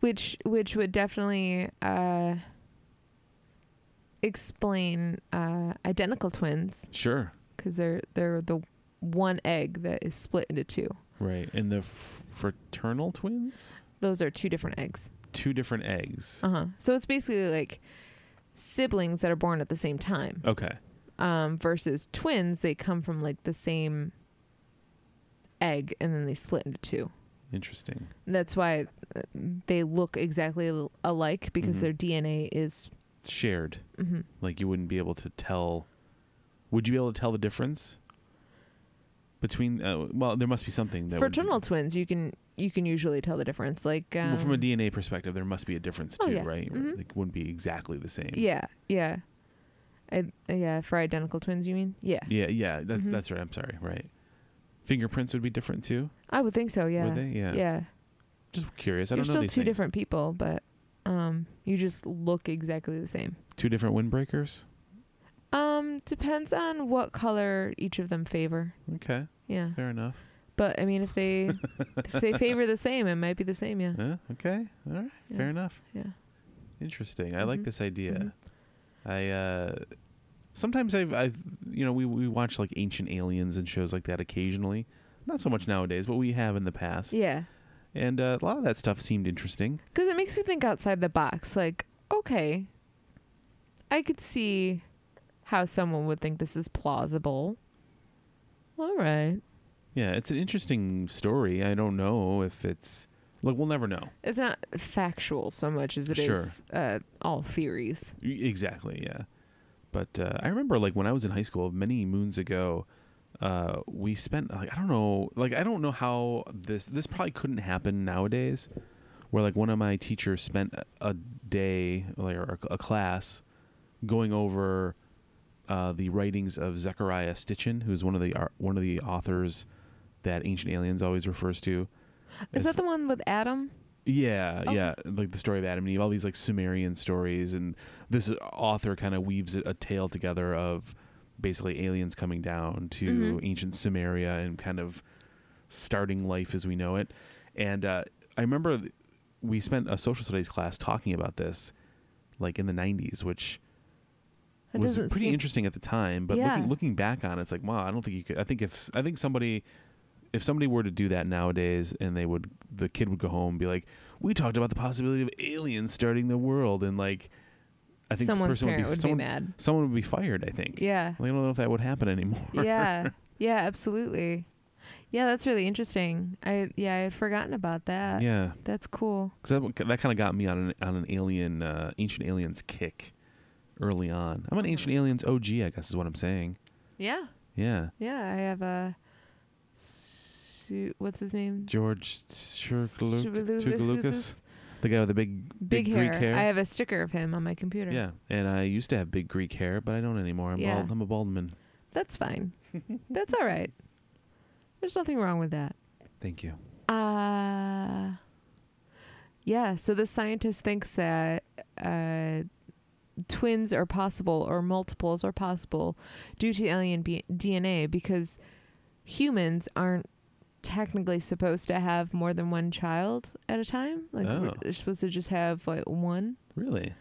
Which which would definitely uh explain uh identical twins
Sure.
cuz they're they're the one egg that is split into two.
Right, and the f- fraternal twins,
Those are two different eggs.
two different eggs.
Uh-huh. So it's basically like siblings that are born at the same time.
Okay.
um, versus twins, they come from like the same egg and then they split into two.
Interesting.
And that's why uh, they look exactly al- alike because
Mhm.
their DNA is.
It's shared.
mhm.
Like you wouldn't be able to tell. Would you be able to tell the difference between? Uh, well, there must be something that would-
Fraternal twins, you can you can usually tell the difference. Like um,
well, from a DNA perspective, there must be a difference too,
Oh, yeah.
right?
Mhm.
Like wouldn't be exactly the same.
Yeah, yeah, I, yeah. For identical twins, you mean? Yeah,
Yeah, yeah. That's
Mhm.
that's right. I'm sorry. Right. Fingerprints would be different too.
I would think so. Yeah,
Would they? Yeah.
yeah.
Just curious. I
You're
don't know
still
these
two
things.
different people, but um, you just look exactly the same.
Two different windbreakers.
Um, depends on what color each of them favor.
Okay,
Yeah.
fair enough.
But I mean, if they if they favor the same, it might be the same. Yeah.
Huh? Okay, all right,
Yeah.
fair enough.
Yeah.
Interesting. I like
Mhm.
this idea.
Mhm.
I uh sometimes I've I've you know, we we watch like ancient aliens and shows like that occasionally. Not so much nowadays, but we have in the past.
Yeah.
And uh, a lot of that stuff seemed interesting.
Because it makes me think outside the box. Like, okay, I could see how someone would think this is plausible. All right.
Yeah, it's an interesting story. I don't know if it's look, we'll never know.
It's not factual so much as it is
Sure.
uh, all theories.
Y- Exactly, yeah. But uh, I remember like when I was in high school many moons ago, uh, we spent like I don't know, like I don't know how this this probably couldn't happen nowadays, where like one of my teachers spent a- a day like or a a class going over uh, the writings of Zechariah Stitchin, who's one of the ar- one of the authors that Ancient Aliens always refers to.
Is
as
that the one with Adam?
yeah,
Okay.
yeah, like the story of Adam and Eve, all these like Sumerian stories, and this author kind of weaves a tale together of basically aliens coming down to
Mhm.
ancient Sumeria and kind of starting life as we know it. And uh, I remember th- we spent a social studies class talking about this, like in the '90s, which
That
was
doesn't
pretty
seem-
interesting at the time. But
Yeah.
looking, looking back on it, it's like, wow, I don't think you could. I think if I think somebody, if somebody were to do that nowadays, and they would, the kid would go home and be like, we talked about the possibility of aliens starting the world, and like, I think the
Someone's
person
parent
would be,
would be
someone,
mad.
Someone would be fired. I think.
Yeah.
I don't know if that would happen anymore.
yeah. Yeah, absolutely. Yeah, that's really interesting. I yeah, I had forgotten about that.
yeah.
That's cool.
Because that, that kind of got me on an on an alien, uh, ancient aliens kick early on. I'm an ancient aliens OG, I guess is what I'm saying.
Yeah.
Yeah,
Yeah, I have a su- what's his name?
George
Shulu-
Lucas, the guy with the big
Big,
big
hair.
Greek hair.
I have a sticker of him on my computer.
yeah, and I used to have big Greek hair, but I don't anymore. I'm
Yeah.
bald. I'm a bald man.
That's fine. That's all right. There's nothing wrong with that.
Thank you.
Uh yeah, so the scientist thinks that uh, twins are possible or multiples are possible due to alien B- DNA because humans aren't technically supposed to have more than one child at a time. Like
Oh.
we're they're supposed to just have like one
Really?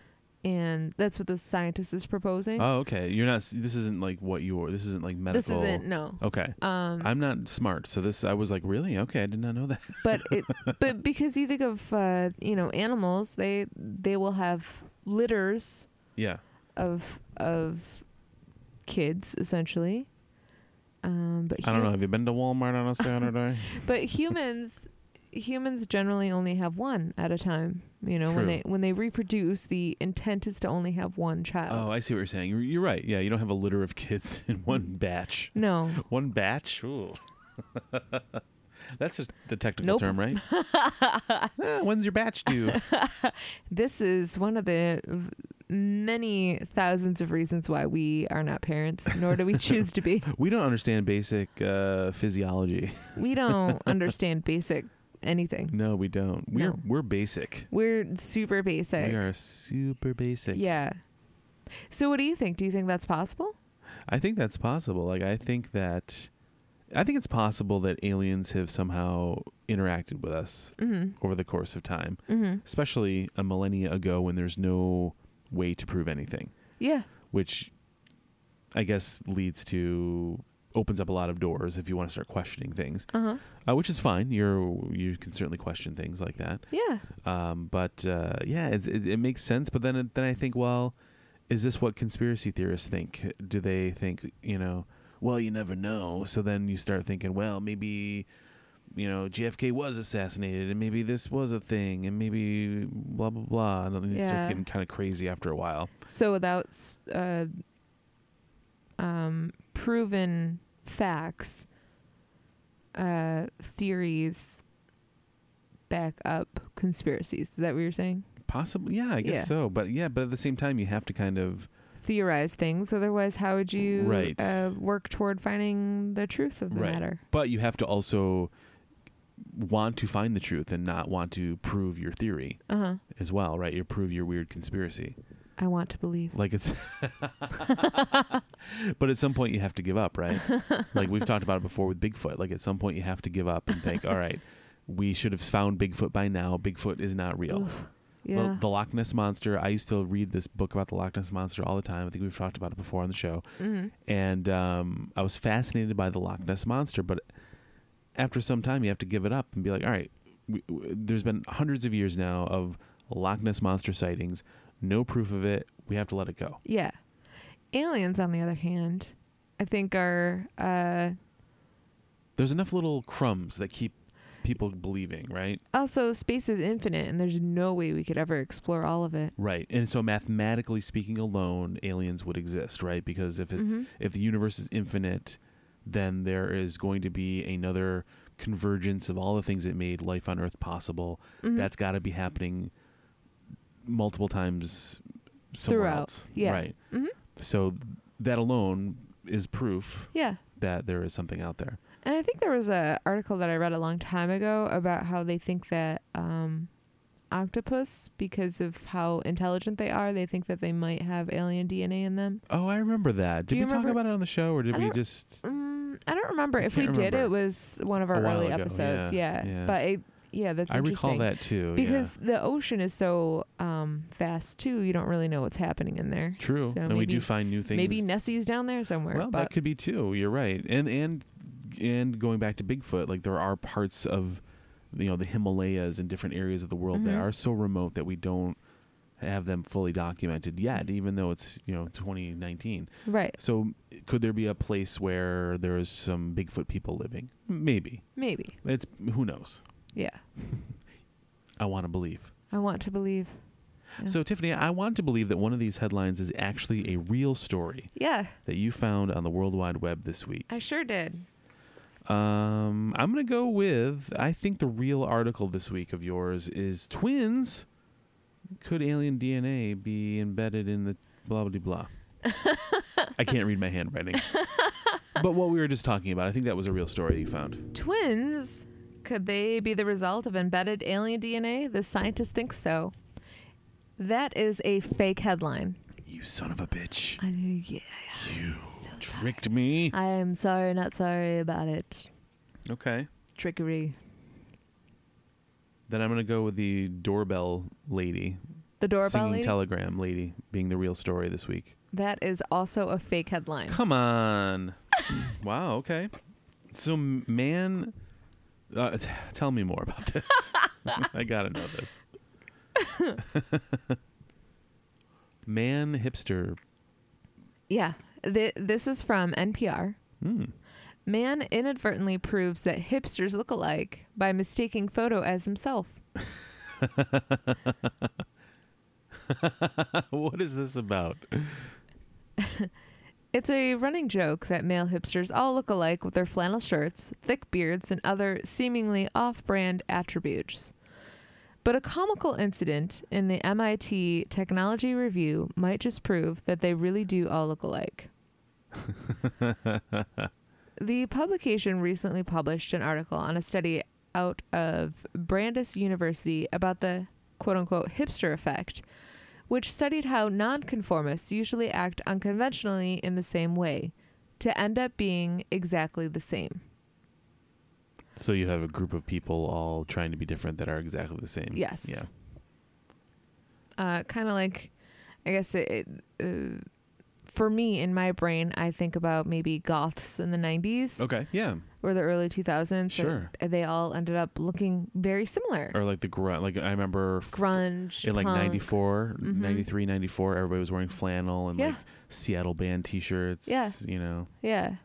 and that's what the scientist is proposing.
Oh, okay. You're not. s- This isn't like what you were. This isn't like medical.
Eh. this isn't no.
Okay.
Um
I'm not smart, so this I was like, really? Okay, I did not know that.
but it but because you think of uh, you know animals they they will have litters
Yeah.
of of kids essentially um but
I don't know.
hu-
Have you been to Walmart on a Saturday?
but humans humans generally only have one at a time you know
True.
when they when they reproduce the intent is to only have one child
Oh, I see what you're saying. You're, you're right. Yeah, you don't have a litter of kids in
Mm.
one batch.
no
One batch? Ooh. That's just the technical
Nope.
term, right? Eh, when's your batch due?
this is one of the v- many thousands of reasons why we are not parents nor do we choose to be
we don't understand basic uh, physiology.
we don't understand basic anything
No, we don't. We're
No.
we're basic.
We're super basic.
We are super basic.
Yeah. So what do you think? Do you think that's possible?
I think that's possible. Like I think that I think it's possible that aliens have somehow interacted with us
Mm-hmm.
over the course of time,
Mm-hmm.
especially a millennia ago when there's no way to prove anything.
Yeah.
which I guess leads to opens up a lot of doors if you want to start questioning things,
Uh-huh.
uh, which is fine. You're you can certainly question things like that.
Yeah.
Um, but uh, yeah, it's, it, it makes sense. But then it- then I think, well, is this what conspiracy theorists think? Do they think you know? Well, you never know. So then you start thinking, well, maybe you know JFK was assassinated, and maybe this was a thing, and maybe blah blah blah. And then it starts
Yeah.
getting kind of crazy after a while.
So without s- uh, um, proven facts, uh, theories back up conspiracies. Is that what you're saying?
Possibly, yeah, I guess
Yeah.
so. But yeah, but at the same time, you have to kind of
Theorize things. Otherwise, how would you
Right.
uh, work toward finding the truth of the
Right.
matter?
but you have to also want to find the truth and not want to prove your theory
Uh huh.
as well, right? You prove your weird conspiracy,
I want to believe.
like it's. but at some point, you have to give up, right? Like we've talked about it before with Bigfoot. Like at some point, you have to give up and think, all right. We should have found Bigfoot by now. Bigfoot is not real.
Oof. Yeah.
The, the Loch Ness Monster. I used to read this book about the Loch Ness Monster all the time. I think we've talked about it before on the show.
hmm
and um, I was fascinated by the Loch Ness monster. But after some time, you have to give it up and be like, all right, we, w there's been hundreds of years now of Loch Ness monster sightings, no proof of it. We have to let it go.
Yeah. Aliens, on the other hand, I think are uh,
There's enough little crumbs that keep people believing, right?
also space is infinite, and there's no way we could ever explore all of it.
Right. And so mathematically speaking alone, aliens would exist, right? Because if it's
Mhm.
if the universe is infinite, then there is going to be another convergence of all the things that made life on Earth possible.
Mm-hmm.
That's got to be happening multiple times somewhere
Throughout,
else.
yeah.
Right.
Mhm.
So that alone is proof
Yeah.
that there is something out there.
And I think there was a article that I read a long time ago about how they think that um, octopus, because of how intelligent they are, they think that they might have alien DNA in them.
Oh, I remember that.
Do
Did
you
we talk
remember-
about it on the show or did
I
we
don't-
just
Mm, I don't remember.
I
if we
can't
did, it
remember.
was one of
A
our
while
early
ago,
episodes.
yeah,
Yeah.
yeah.
But it, yeah, that's
I
interesting.
recall that oh, too.
Because the ocean is so um, vast too, you don't really know what's happening in there.
yeah. true.
So
and
maybe,
we do find new things.
maybe Nessie's down there somewhere.
Well,
but
that could be too. You're right. And and and going back to Bigfoot, like there are parts of you know the Himalayas and different areas of the world that
Mhm.
are so remote that we don't have them fully documented yet, even though it's you know 2019.
right,
So could there be a place where there is some Bigfoot people living? Maybe.
maybe.
It's who knows.
Yeah.
I want to believe.
I want to believe. Yeah.
So Tiffany, I want to believe that one of these headlines is actually a real story
Yeah,
that you found on the World Wide Web this week.
I sure did.
Um, I'm gonna go with I think the real article this week of yours is twins. Could alien DNA be embedded in the blah blah blah? I can't read my handwriting. but what we were just talking about, I think that was a real story you found.
Twins? Could they be the result of embedded alien DNA? The scientists think so. That is a fake headline.
You son of a bitch!
I, yeah,
You tricked me.
I am sorry, not sorry about it.
Okay,
Trickery.
then I'm gonna go with the doorbell lady,
The doorbell
singing
lady?
telegram lady, being the real story this week.
that is also a fake headline.
Come on. wow. Okay. So, m- man, uh, t- tell me more about this. I gotta know this. man, hipster.
Yeah, th- this is from NPR.
Hmm.
Man inadvertently proves that hipsters look alike by mistaking photo as himself.
what is this about?
It's a running joke that male hipsters all look alike with their flannel shirts, thick beards, and other seemingly off brand attributes. But a comical incident in the MIT Technology Review might just prove that they really do all look alike. the publication recently published an article on a study out of Brandeis University about the quote unquote hipster effect, which studied how nonconformists usually act unconventionally in the same way to end up being exactly the same.
So you have a group of people all trying to be different that are exactly the same.
Yes.
Mm, Yeah.
Uh, kind of like, I guess it, it, uh, for me in my brain, I think about maybe goths in the 90s
Okay. Yeah.
or the early 2000s.
Oh. Sure.
Uh, They all ended up looking very similar.
Or like the grunge. Like I remember f-
Grunge.
in like
punk.
94,
Mhm.
93, 94, everybody was wearing flannel and
Yeah.
like Seattle band t-shirts.
Yeah.
You know.
Yeah.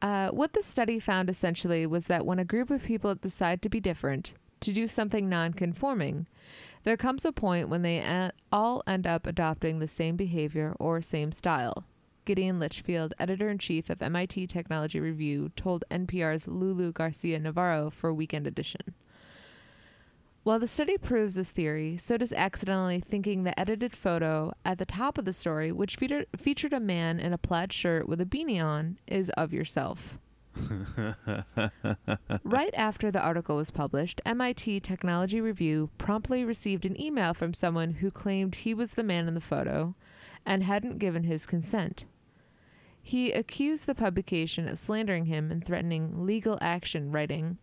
Uh, what the study found essentially was that when a group of people decide to be different, to do something nonconforming, there comes a point when they a- all end up adopting the same behavior or same style. Gideon Litchfield, editor in chief of MIT Technology Review, told NPR's Lulu Garcia Navarro for Weekend Edition. While the study proves this theory, so does accidentally thinking the edited photo at the top of the story, which feature- featured a man in a plaid shirt with a beanie on, is of yourself. right after the article was published, MIT Technology Review promptly received an email from someone who claimed he was the man in the photo and hadn't given his consent. He accused the publication of slandering him and threatening legal action, writing,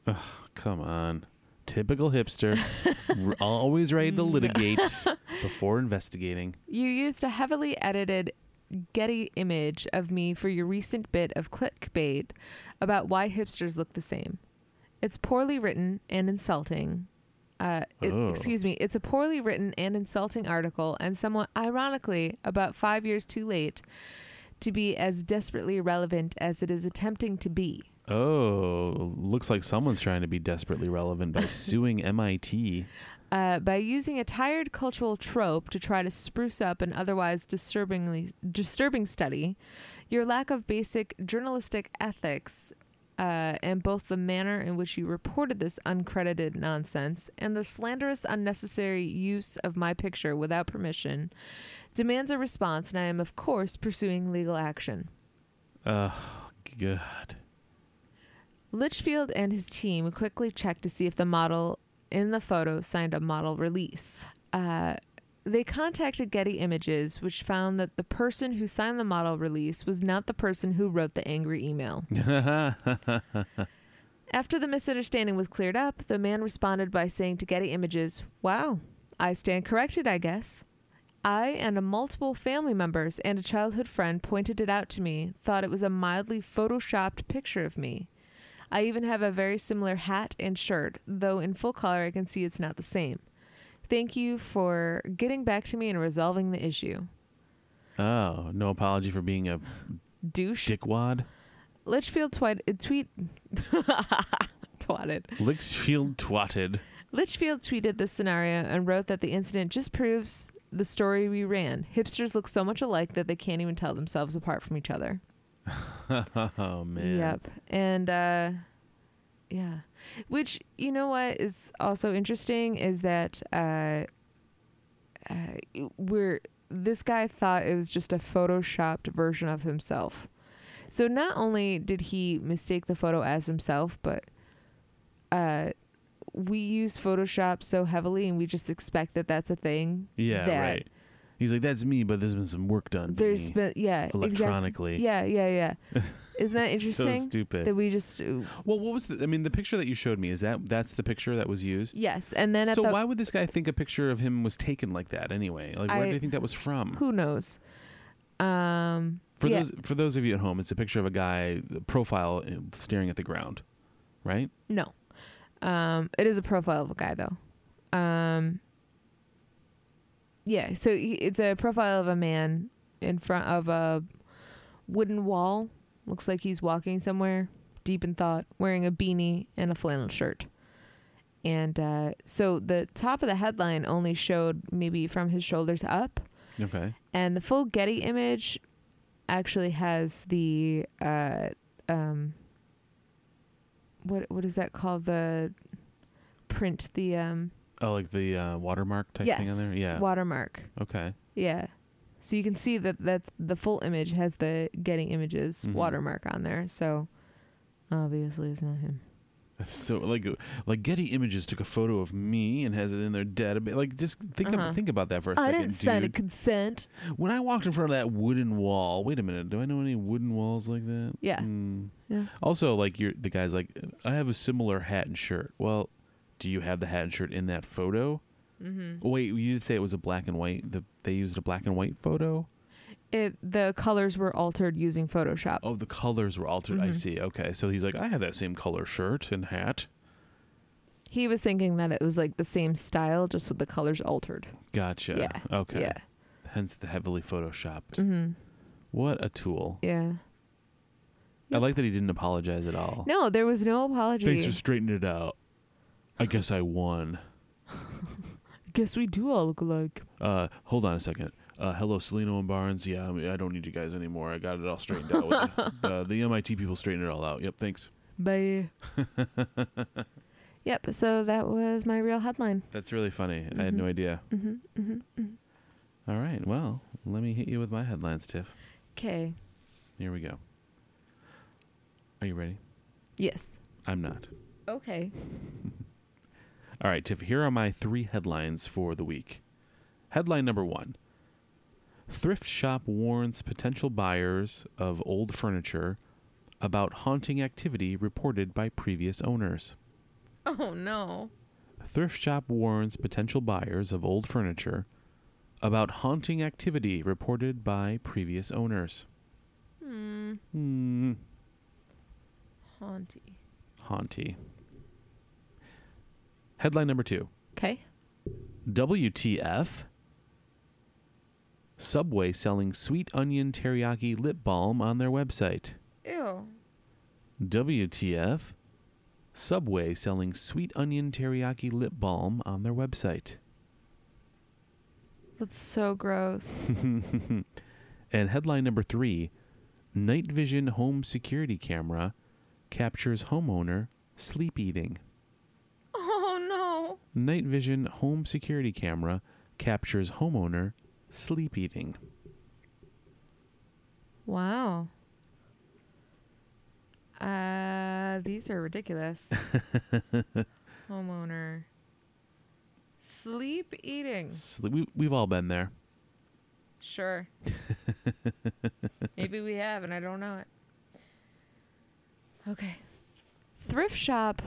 Come on. Typical hipster. R- always ready to litigate before investigating.
You used a heavily edited Getty image of me for your recent bit of clickbait about why hipsters look the same. It's poorly written and insulting. Uh, it-
Oh.
Excuse me. It's a poorly written and insulting article, and somewhat ironically, about five years too late to be as desperately relevant as it is attempting to be.
Oh, looks like someone's trying to be desperately relevant by suing MIT.
uh, by using a tired cultural trope to try to spruce up an otherwise disturbingly disturbing study, your lack of basic journalistic ethics. Uh, and both the manner in which you reported this uncredited nonsense and the slanderous, unnecessary use of my picture without permission demands a response, and I am, of course, pursuing legal action.
Oh, God.
Litchfield and his team quickly checked to see if the model in the photo signed a model release. Uh, they contacted Getty Images, which found that the person who signed the model release was not the person who wrote the angry email. After the misunderstanding was cleared up, the man responded by saying to Getty Images, Wow, I stand corrected, I guess. I and a multiple family members and a childhood friend pointed it out to me, thought it was a mildly photoshopped picture of me. I even have a very similar hat and shirt, though in full color I can see it's not the same. Thank you for getting back to me and resolving the issue.
oh, no apology for being a
Douche.
dickwad.
Litchfield twi- uh, tweet twatted.
Litchfield twatted.
Litchfield tweeted this scenario and wrote that the incident just proves the story we ran. Hipsters look so much alike that they can't even tell themselves apart from each other.
oh, man.
Yep. And uh yeah. Which you know what is also interesting is that uh, uh we're this guy thought it was just a photoshopped version of himself. So not only did he mistake the photo as himself, but uh we use Photoshop so heavily and we just expect that that's a thing.
Yeah,
that
right. He's like, that's me, but there's been some work done. to
There's
me
been yeah, exact-
electronically.
Yeah, yeah, yeah. Isn't that
It's
interesting?
So stupid.
That we just uh,
well, what was the? I mean, the picture that you showed me is that that's the picture that was used.
Yes, and then at
so
the
why would this guy think a picture of him was taken like that anyway? Like, where
I-
do you think that was from?
who knows? Um,
for
yeah.
those for those of you at home, it's a picture of a guy uh, profile uh, staring at the ground, right?
no, um, it is a profile of a guy though. Um, yeah, so he- it's a profile of a man in front of a wooden wall. Looks like he's walking somewhere, deep in thought, wearing a beanie and a flannel shirt. And uh, so the top of the headline only showed maybe from his shoulders up,
Okay.
and the full Getty image actually has the uh, um, what what is that called? The print the um
Oh, like the uh, watermark type
yes
thing on there. Yeah.
watermark
okay.
yeah. So you can see that that's the full image has the Getty images
Mhm.
watermark on there. So obviously it's not him.
So like uh, like Getty Images took a photo of me and has it in their database. Like just think ab-
Uh-huh.
think about that for a
I
second,
didn't sign a
dude.
consent.
When I walked in front of that wooden wall, wait a minute, do I know any wooden walls like that?
Yeah.
Hmm.
Yeah.
Also, like you're the guy's like, I have a similar hat and shirt. Well, do you have the hat and shirt in that photo?
Mm-hmm.
Wait, you did say it was a black and white. The, they used a black and white photo.
It the colors were altered using Photoshop.
Oh, the colors were altered. I
Mhm.
see. Okay, so he's like, I have that same color shirt and hat.
He was thinking that it was like the same style, just with the colors altered.
Gotcha.
Yeah.
Okay.
Yeah.
Hence the heavily photoshopped.
Mm-hmm.
What a tool.
Yeah.
I like that he didn't apologize at all.
No, there was no apology.
Thanks for straightening it out. I guess I won.
Guess we do all look alike.
Uh, hold on a second. Uh, hello, Salino and Barnes. Yeah, I, mean, I don't need you guys anymore. I got it all straightened out. With the, the, the MIT people straightened it all out. Yep, thanks.
Bye. yep. So that was my real headline.
That's really funny. I had no
Mhm.
idea.
Mm-hmm, mm-hmm.
All right, well, let me hit you with my headlines, Tiff.
Okay.
Here we go. Are you ready?
Yes.
I'm not.
Okay.
All right, Tiff, here are my three headlines for the week. Headline number one Thrift shop warns potential buyers of old furniture about haunting activity reported by previous owners.
Oh no.
Thrift shop warns potential buyers of old furniture about haunting activity reported by previous owners.
Hmm.
Hmm,
Haunty.
haunty. Headline number two
Okay.
WTF? Subway selling sweet onion teriyaki lip balm on their website.
Ew.
WTF? Subway selling sweet onion teriyaki lip balm on their website.
That's so gross.
And headline number three Night vision home security camera captures homeowner sleep eating.
oh no.
Night vision home security camera captures homeowner sleep eating.
Wow. Uh, these are ridiculous. Homeowner. Sleep eating.
Sleep, we, we've all been there.
Sure. Maybe we have, and I don't know it. Okay. Thrift shop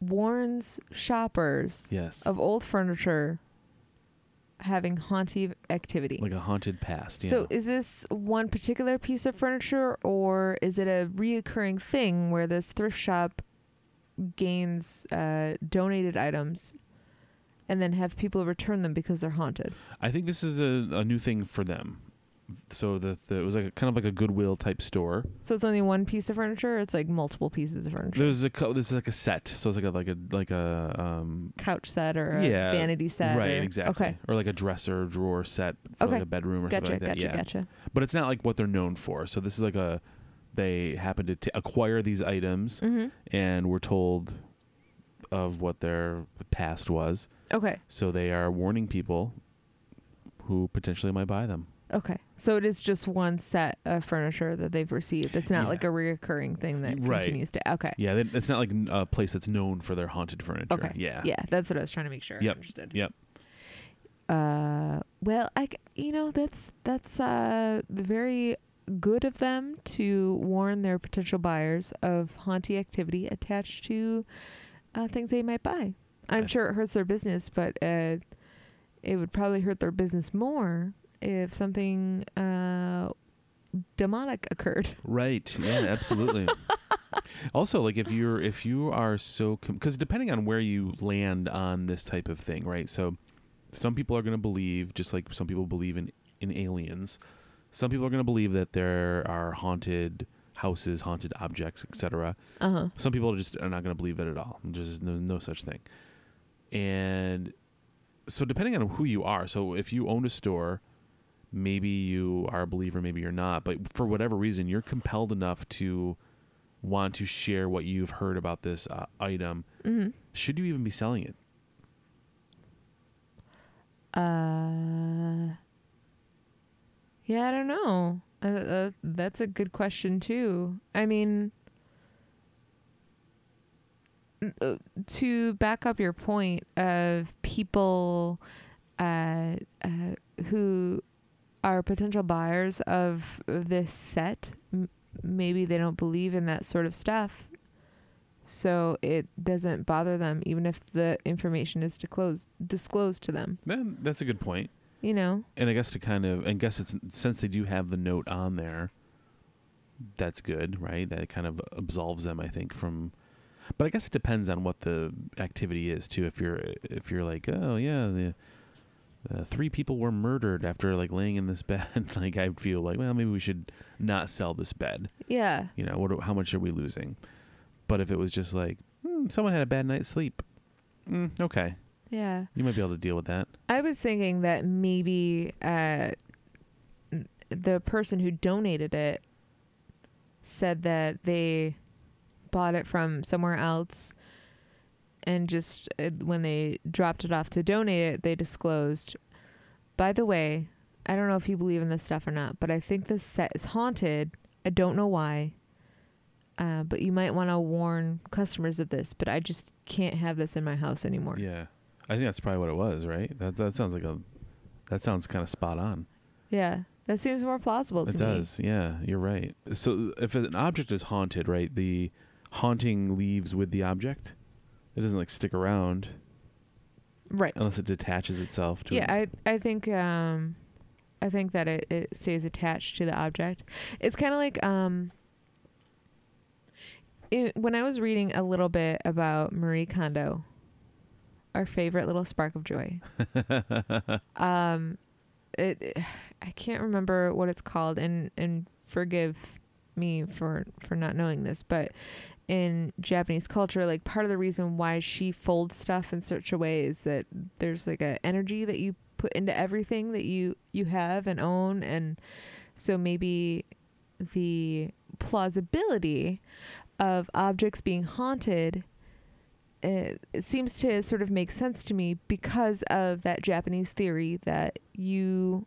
warns shoppers
Yes.
of old furniture having haunting activity.
like a haunted past. Yeah.
So is this one particular piece of furniture or is it a reoccurring thing where this thrift shop gains uh, donated items and then have people return them because they're haunted?
I think this is a, a new thing for them. So the, the it was like a, kind of like a Goodwill type store.
So it's only one piece of furniture? Or it's like multiple pieces of furniture.
There's a co- this is like a set. So it's like a like a like a um
Couch set or a
Yeah,
vanity set.
right
or-
exactly
Okay.
or like a dresser drawer set for like
Okay.
a bedroom or
Gotcha,
something like that.
gotcha,
yeah.
gotcha.
But it's not like what they're known for. So this is like a they happen to t- acquire these items
Mm-hmm.
and were told of what their past was.
Okay.
So they are warning people who potentially might buy them.
Okay. So it is just one set of furniture that they've received. It's not
Yeah.
like a reoccurring thing that
Right.
continues to. Okay.
Yeah, they- it's not like n- a place that's known for their haunted furniture.
Okay.
Yeah.
Yeah. That's what I was trying to make sure I
Yep.
understood.
Yep.
uh well i c- you know that's that's uh very good of them to warn their potential buyers of haunty activity attached to uh, things they might buy i'm
Okay.
sure it hurts their business but uh it would probably hurt their business more if something uh demonic occurred
Right. Yeah, absolutely. also, like if you're if you are so because depending on where you land on this type of thing, right? So some people are going to believe, just like some people believe in in aliens. Some people are going to believe that there are haunted houses, haunted objects, etc.
uh-huh
Some people just are not going to believe it at all. There's no, no such thing. And so, depending on who you are, so if you own a store, maybe you are a believer, maybe you're not, but for whatever reason, you're compelled enough to want to share what you've heard about this uh, item.
mm-hmm.
Should you even be selling it?
Uh, yeah, I don't know. Uh, uh, that's a good question too. I mean, n- uh, to back up your point of people uh, uh, who are potential buyers of this set, m- maybe they don't believe in that sort of stuff. So it doesn't bother them, even if the information is disclosed disclosed to them
Then that's a good point.
you know
And I guess to kind of, and guess it's since they do have the note on there, that's good, right? That kind of absolves them, I think, from. But I guess it depends on what the activity is too. If you're if you're like, oh yeah, the uh, three people were murdered after like laying in this bed, like I feel like, well, maybe we should not sell this bed.
yeah
You know, what? How much are we losing? But if it was just like hmm, someone had a bad night's sleep, mm, okay,
yeah
you might be able to deal with that.
i was thinking that maybe uh n- the person who donated it said that they bought it from somewhere else and just uh, when they dropped it off to donate it they disclosed by the way i don't know if you believe in this stuff or not but i think this set is haunted i don't know why uh, but you might want to warn customers of this but i just can't have this in my house anymore
Yeah, I think that's probably what it was, right? That that sounds like a that sounds kind of spot on.
Yeah, that seems more plausible to
It
me.
does, yeah. You're right. So if an object is haunted, right, the haunting leaves with the object. It doesn't like stick around
Right.
unless it detaches itself. to
yeah, I I think um, I think that it, it stays attached to the object. It's kind of like um. It, when I was reading a little bit about Marie Kondo, our favorite little spark of joy, um, it I can't remember what it's called, and and forgive me for for not knowing this, but in Japanese culture, like part of the reason why she folds stuff in such a way is that there's like a energy that you put into everything that you you have and own, and so maybe the plausibility of objects being haunted it, it seems to sort of make sense to me because of that Japanese theory that you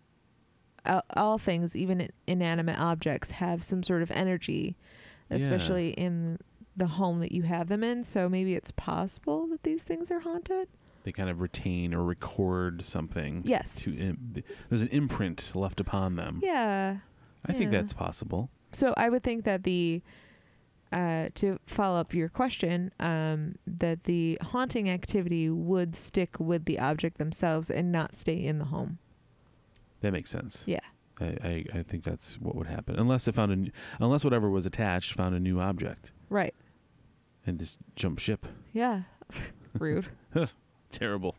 all, all things, even inanimate objects, have some sort of energy,
Yeah.
especially in the home that you have them in. So maybe it's possible that these things are haunted.
They kind of retain or record something.
Yes.
To Im- there's an imprint left upon them.
Yeah.
I think
yeah.
that's possible.
So I would think that the uh, to follow up your question, um, that the haunting activity would stick with the object themselves and not stay in the home.
That makes sense.
Yeah.
I, I, I think that's what would happen unless it found a n- unless whatever was attached found a new object
Right.
and just jump ship.
Yeah. Rude.
Terrible.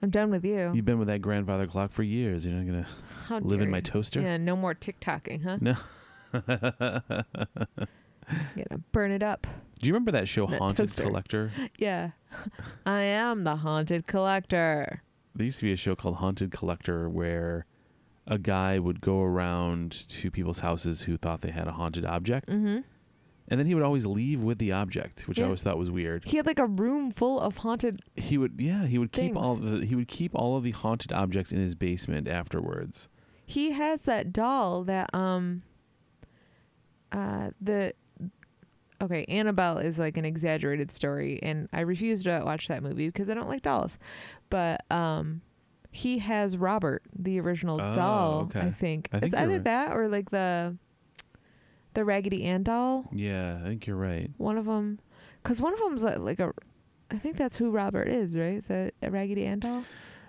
I'm done with you.
You've been with that grandfather clock for years. You're not gonna
How
live
dare
in my
you.
toaster.
Yeah, no more TikToking, huh?
No.
I'm gonna burn it up.
Do you remember that show
That
Haunted
toaster.
Collector?
Yeah. I am the haunted collector.
There used to be a show called Haunted Collector where a guy would go around to people's houses who thought they had a haunted object,
Mm-hmm.
and then he would always leave with the object, which I
Yeah.
always thought was weird.
He had like a room full of haunted.
He would, yeah, he would keep
Things.
all the, he would keep all of the haunted objects in his basement afterwards.
He has that doll that um. Uh, the okay, Annabelle is like an exaggerated story, and I refuse to watch that movie because I don't like dolls. But um, he has Robert, the original
Oh,
doll.
okay.
I think
I think
it's
you're
either
right.
that or like the the Raggedy Ann doll.
Yeah, I think you're right.
One of them, because one of them's like, like a, I think that's who Robert is, right? Is that a Raggedy Ann doll?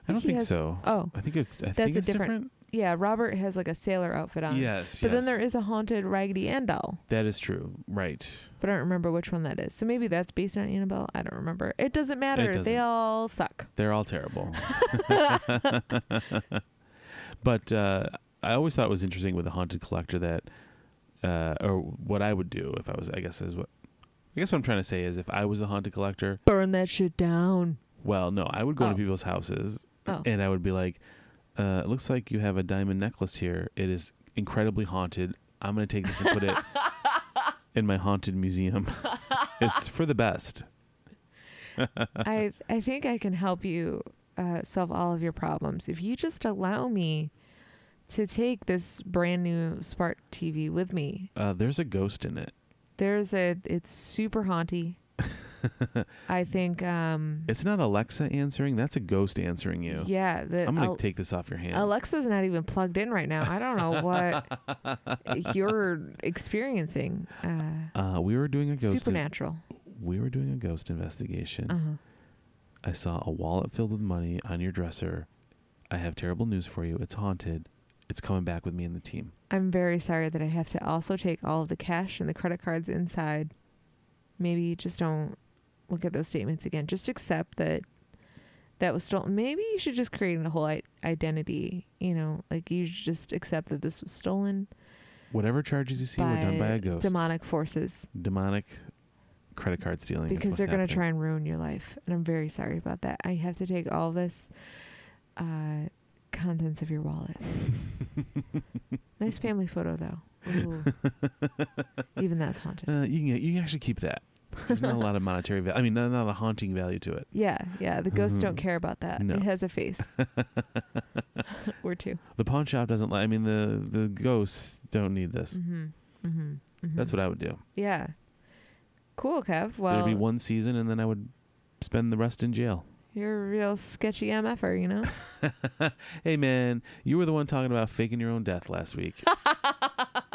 I don't
he
think
has-
so.
Oh,
I think it's I think
That's a
it's different.
different yeah, Robert has like a sailor outfit on.
Yes,
But
yes.
then there is a haunted Raggedy Ann doll,
that is true. Right.
but I don't remember which one that is. So maybe that's based on Annabelle. I don't remember. It doesn't matter.
doesn't.
They all suck.
They're all terrible. but uh, I always thought it was interesting with the haunted collector that, uh, or what I would do if I was, I guess is what, I guess what I'm trying to say is if I was a haunted collector,
Burn that shit down.
well, no, I would go to
Oh.
people's houses
Oh.
and I would be like, uh, it looks like you have a diamond necklace here. It is incredibly haunted. I'm going to take this and put it in my haunted museum. it's for the best.
I I think I can help you uh, solve all of your problems if you just allow me to take this brand new smart TV with me.
Uh, there's a ghost in it.
There's a it's super haunty. I think um
It's not Alexa answering. That's a ghost answering you.
yeah, the
I'm gonna
Al-
take this off your hands.
Alexa's not even plugged in right now. I don't know what you're experiencing. Uh,
Uh, we were doing a ghost. in-
supernatural.
we were doing a ghost investigation.
Uh-huh.
I saw a wallet filled with money on your dresser. I have terrible news for you. It's haunted. It's coming back with me and the team.
I'm very sorry that I have to also take all of the cash and the credit cards inside. Maybe just don't look at those statements again. Just accept that that was stolen. Maybe you should just create a whole I- identity. You know, like you should just accept that this was stolen
Whatever charges you see were done by a ghost.
demonic forces
Demonic credit card stealing. is
because
what's
they're going to
happening.
try and ruin your life. And I'm very sorry about that. I have to take all this uh, contents of your wallet. nice family photo though. Ooh. Even that's haunted.
Uh, you can you can actually keep that. There's not a lot of monetary value. I mean, not, not a haunting value to it.
Yeah, yeah. The ghosts don't
Mhm.
care about that.
No.
It has a face. We're two.
The pawn shop doesn't like. I mean, the the ghosts don't need this.
Mm-hmm. Mm-hmm. hmm
That's what I would do.
Yeah. Cool, Kev. Well,
There'd be one season, and then I would spend the rest in jail.
you're a real sketchy mf'er, you know.
Hey, man, you were the one talking about faking your own death last week.
I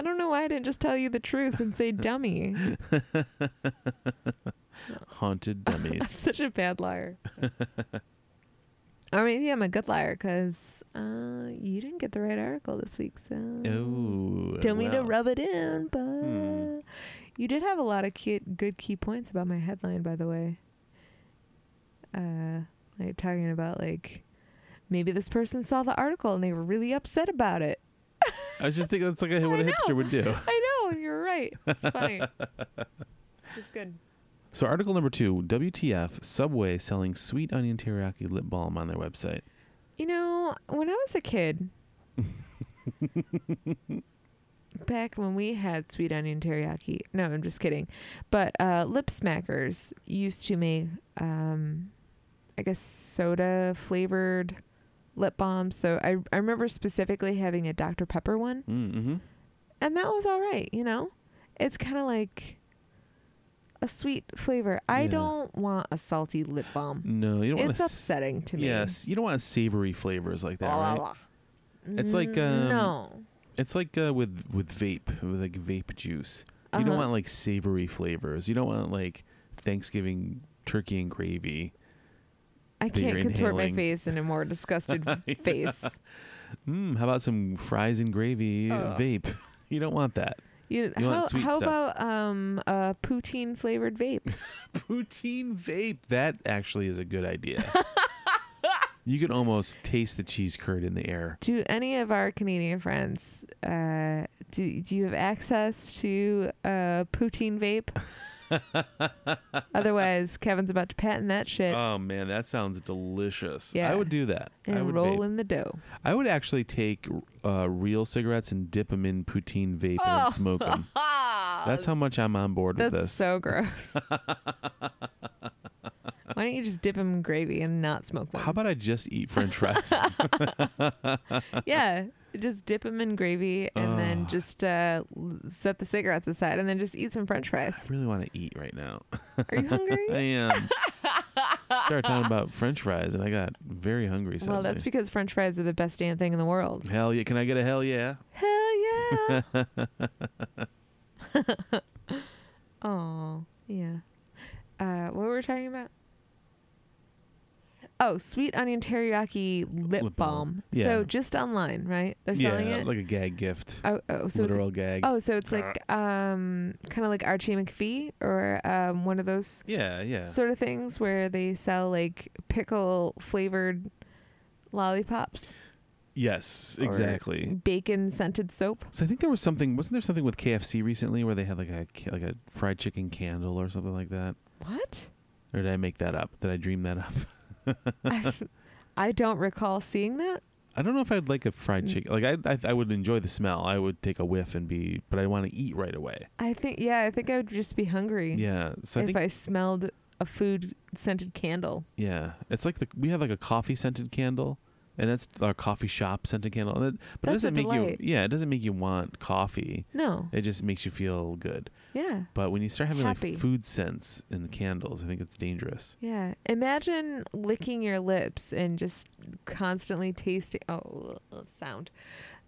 don't know why I didn't just tell you the truth and say dummy.
Haunted
I'm
dummies.
such a bad liar. or maybe I'm a good liar because uh, you didn't get the right article this week. So
oh,
Don't mean to
well.
rub it in, but
Hmm.
you did have a lot of cute, good key points about my headline, by the way. Uh, like talking about like maybe this person saw the article and they were really upset about it.
I was just thinking that's like a, what
I
a
know.
hipster would do.
I know, and you're right. right. It's funny. it's good.
So, article number two WTF Subway selling sweet onion teriyaki lip balm on their website.
You know, when I was a kid, back when we had sweet onion teriyaki, no, I'm just kidding. But uh, Lip Smackers used to make, um, I guess, soda flavored lip balms. So I, I remember specifically having a Dr. Pepper one,
Mm-hmm.
and that was all right, you know? It's kind of like a sweet flavor. I
Yeah.
don't want a salty lip balm.
No, you don't want
It's upsetting to me.
Yes, you don't want savory flavors like that,
Blah,
right?
blah, blah.
It's like,
Mm,
um,
no.
It's like uh, with with vape, with like vape juice. You don't
Uh-huh.
want like savory flavors. You don't want like Thanksgiving turkey and gravy.
I
that you're
can't contort my
inhaling.
face in a more disgusted face.
Mm, how about some fries and gravy
Ugh.
vape? You don't want that.
You,
You
how
want sweet
how
stuff.
about um a poutine flavored vape?
Poutine vape. That actually is a good idea. you can almost taste the cheese curd in the air.
Do any of our Canadian friends uh do do you have access to uh poutine vape? Otherwise, Kevin's about to patent that shit
Oh man, that sounds delicious.
Yeah.
I would do that. I
and
would
roll
vape.
in the dough.
I would actually take uh, real cigarettes and dip them in poutine vape and
Oh.
then smoke them. That's how much I'm on board with
That's
this.
so gross. Why don't you just dip them in gravy and not smoke them?
How about I just eat French fries?
yeah just dip them in gravy and then
Ugh.
just uh, l- set the cigarettes aside and then just eat some french
I
fries
really want to eat right now.
are you
I
hungry
am. Start talking about French fries, and I got very hungry. Suddenly.
well that's because french fries are the best damn thing in the world
hell yeah. Can I get a hell yeah?
hell yeah oh yeah uh, what were we talking about oh sweet onion teriyaki lip,
Lip balm.
balm,
Yeah.
so just online right they're selling
yeah,
it
like a gag gift,
oh, oh so it's
literal gag.
Oh, so it's like um kind of like Archie McPhee or um one of those
Yeah, yeah.
sort of things where they sell like pickle flavored lollipops,
yes,
Or-
exactly.
bacon scented soap.
So I think there was something. Wasn't there something with KFC recently where they had like a ca- like a fried chicken candle or something like that?
What?
Or did I make that up? Did I dream that up?
I, I don't recall seeing that.
I don't know if I'd like a fried
Mm.
chicken. Like I, I, I would enjoy the smell. I would take a whiff and be, but I want to eat right away.
I think yeah, I think I would just be hungry
Yeah. So I
if
think
I smelled a food scented candle.
yeah, it's like the we have like a coffee scented candle, and that's our coffee shop scented candle. And it- but it
That's a
doesn't make
delight.
you. Yeah, it doesn't make you want coffee.
No.
It just makes you feel good.
Yeah.
But when you start having
Happy.
like food scents in the candles, I think it's dangerous.
Yeah. Imagine licking your lips and just constantly tasting. Oh, ugh, sound.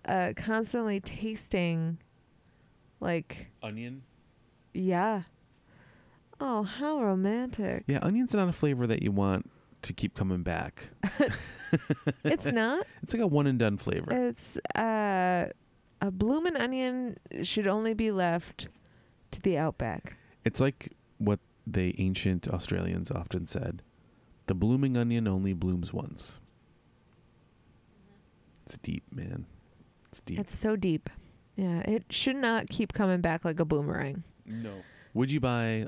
Uh, constantly tasting, like,
Onion.
yeah. Oh, how romantic.
Yeah, onion's not a flavor that you want to keep coming back.
it's not.
It's like a one and done flavor.
It's uh, a bloomin' onion should only be left to the outback.
It's like what the ancient Australians often said the blooming onion only blooms once. It's deep, man. It's deep.
It's so deep. Yeah, it should not keep coming back like a boomerang.
no. Would you buy.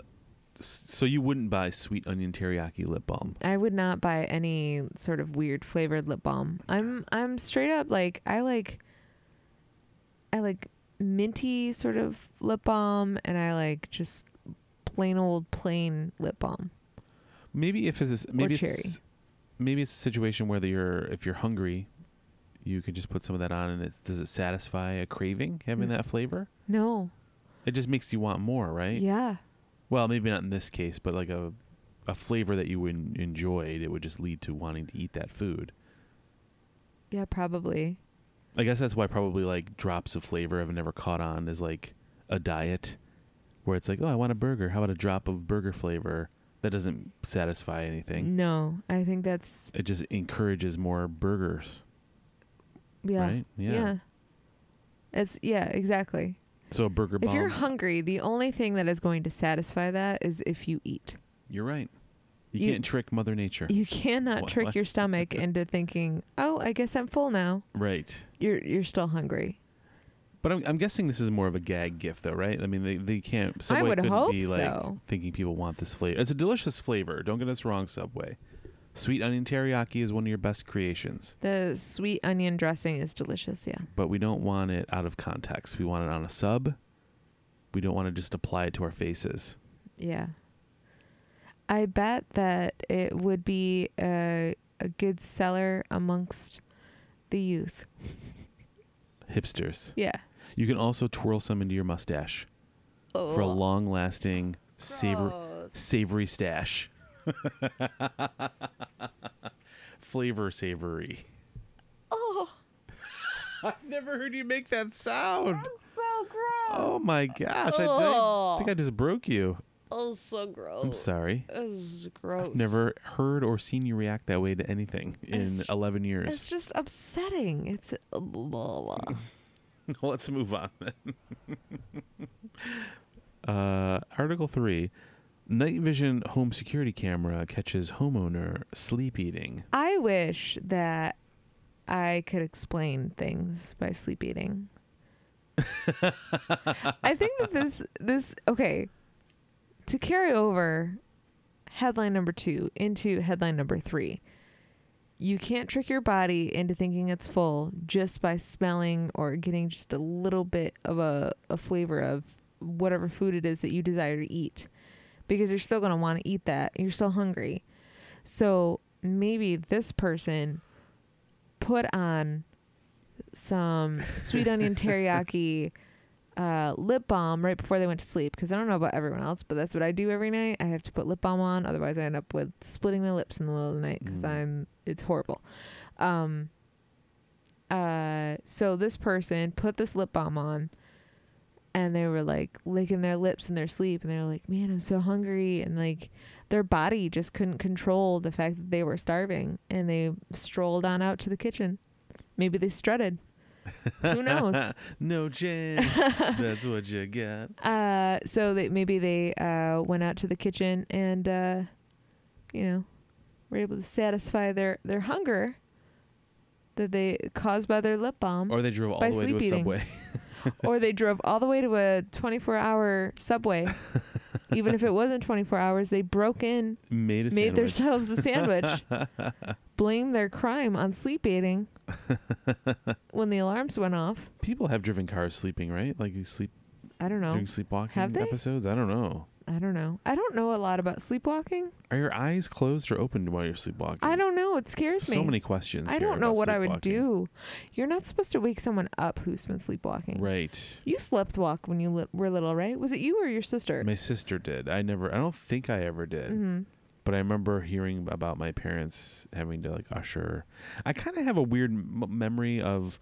So you wouldn't buy sweet onion teriyaki lip balm?
I would not buy any sort of weird flavored lip balm.
Oh
I'm I'm straight up like I like I like minty sort of lip balm and I like just plain old plain lip balm.
Maybe if it's. Maybe
cherry.
It's, maybe it's a situation where you're. If you're hungry, you could just put some of that on and it does it satisfy a craving having
Mm.
that flavor?
No.
It just makes you want more, right?
Yeah.
Well, maybe not in this case, but like a a flavor that you would enjoyed, it would just lead to wanting to eat that food.
Yeah, probably.
I guess that's why probably like drops of flavor have never caught on as like a diet where it's like, "Oh, I want a burger. How about a drop of burger flavor?" That doesn't satisfy anything.
No. I think that's
It just encourages more burgers,
yeah.
right?
Yeah. It's yeah, exactly.
So a burger
If
bomb.
you're hungry, the only thing that is going to satisfy that is if you eat.
You're right. You,
You-
can't trick mother nature.
You cannot
What-
trick
what?
your stomach into thinking, "Oh, I guess I'm full now."
right.
you're you're still hungry.
But I'm, I'm guessing this is more of a gag gift, though, right? I mean, they, they can't. Subway
would
couldn't
hope
be like
so.
thinking people want this flavor. It's a delicious flavor. Don't get us wrong, Subway. Sweet onion teriyaki is one of your best creations,
The sweet onion dressing is delicious. Yeah.
but we don't want it out of context. We want it on a sub. We don't want to just apply it to our faces.
Yeah. I bet that it would be a, a good seller amongst the youth.
Hipsters.
Yeah.
You can also twirl some into your mustache for
Oh.
a long-lasting savor savory stash. Flavor savory.
Oh,
I've never heard you make that sound.
so gross.
Oh my gosh! I,
Oh.
think, I think I just broke you.
Oh, so gross.
I'm sorry.
It's gross.
Never heard or seen you react that way to anything in
It's-
11
It's
years.
just upsetting. It's.
Let's move on. Then. uh, article three: Night vision home security camera catches homeowner sleep eating.
I wish that I could explain things by sleep eating. I think that this this okay to carry over headline number 2 into headline number 3. You can't trick your body into thinking it's full just by smelling or getting just a little bit of a, a flavor of whatever food it is that you desire to eat because you're still going to want to eat that. You're still hungry. So maybe this person put on some sweet onion teriyaki uh, lip balm right before they went to sleep because I don't know about everyone else, but that's what I do every night. I have to put lip balm on, otherwise I end up with splitting my lips in the middle of the night because
Mm.
I'm it's horrible. Um, uh, so this person put this lip balm on. And they were like licking their lips in their sleep, and they're like, "Man, I'm so hungry," and like their body just couldn't control the fact that they were starving and they strolled on out to the kitchen. Maybe they strutted. Who knows?
no chance. That's what you got.
Uh, so they, maybe they uh, went out to the kitchen and, uh, you know, were able to satisfy their, their hunger that they caused by their lip balm. Or,
Or they drove all
By
the way to a
sleep eating.
subway.
they drove all the way to a 24 hour subway. Even if it wasn't 24 hours, they broke in,
made a sandwich.
made themselves a sandwich. blame their crime on sleep eating when the alarms went off.
People have driven cars sleeping, right? Like you sleep
I don't know.
during sleepwalking
Have they?
episodes. I don't know.
I don't know. I don't know a lot about sleepwalking.
Are your eyes closed or open while you're sleepwalking?
I don't know. It scares
So
me.
many questions.
I
here
don't know
about
what I would
sleepwalking.
do. You're not supposed to wake someone up who's been sleepwalking.
Right.
You slept walk when you li- were little, right? Was it you or your sister?
My sister did. I never. I don't think I ever did.
Mm-hmm.
But I remember hearing about my parents having to like usher. I kind of have a weird m- memory of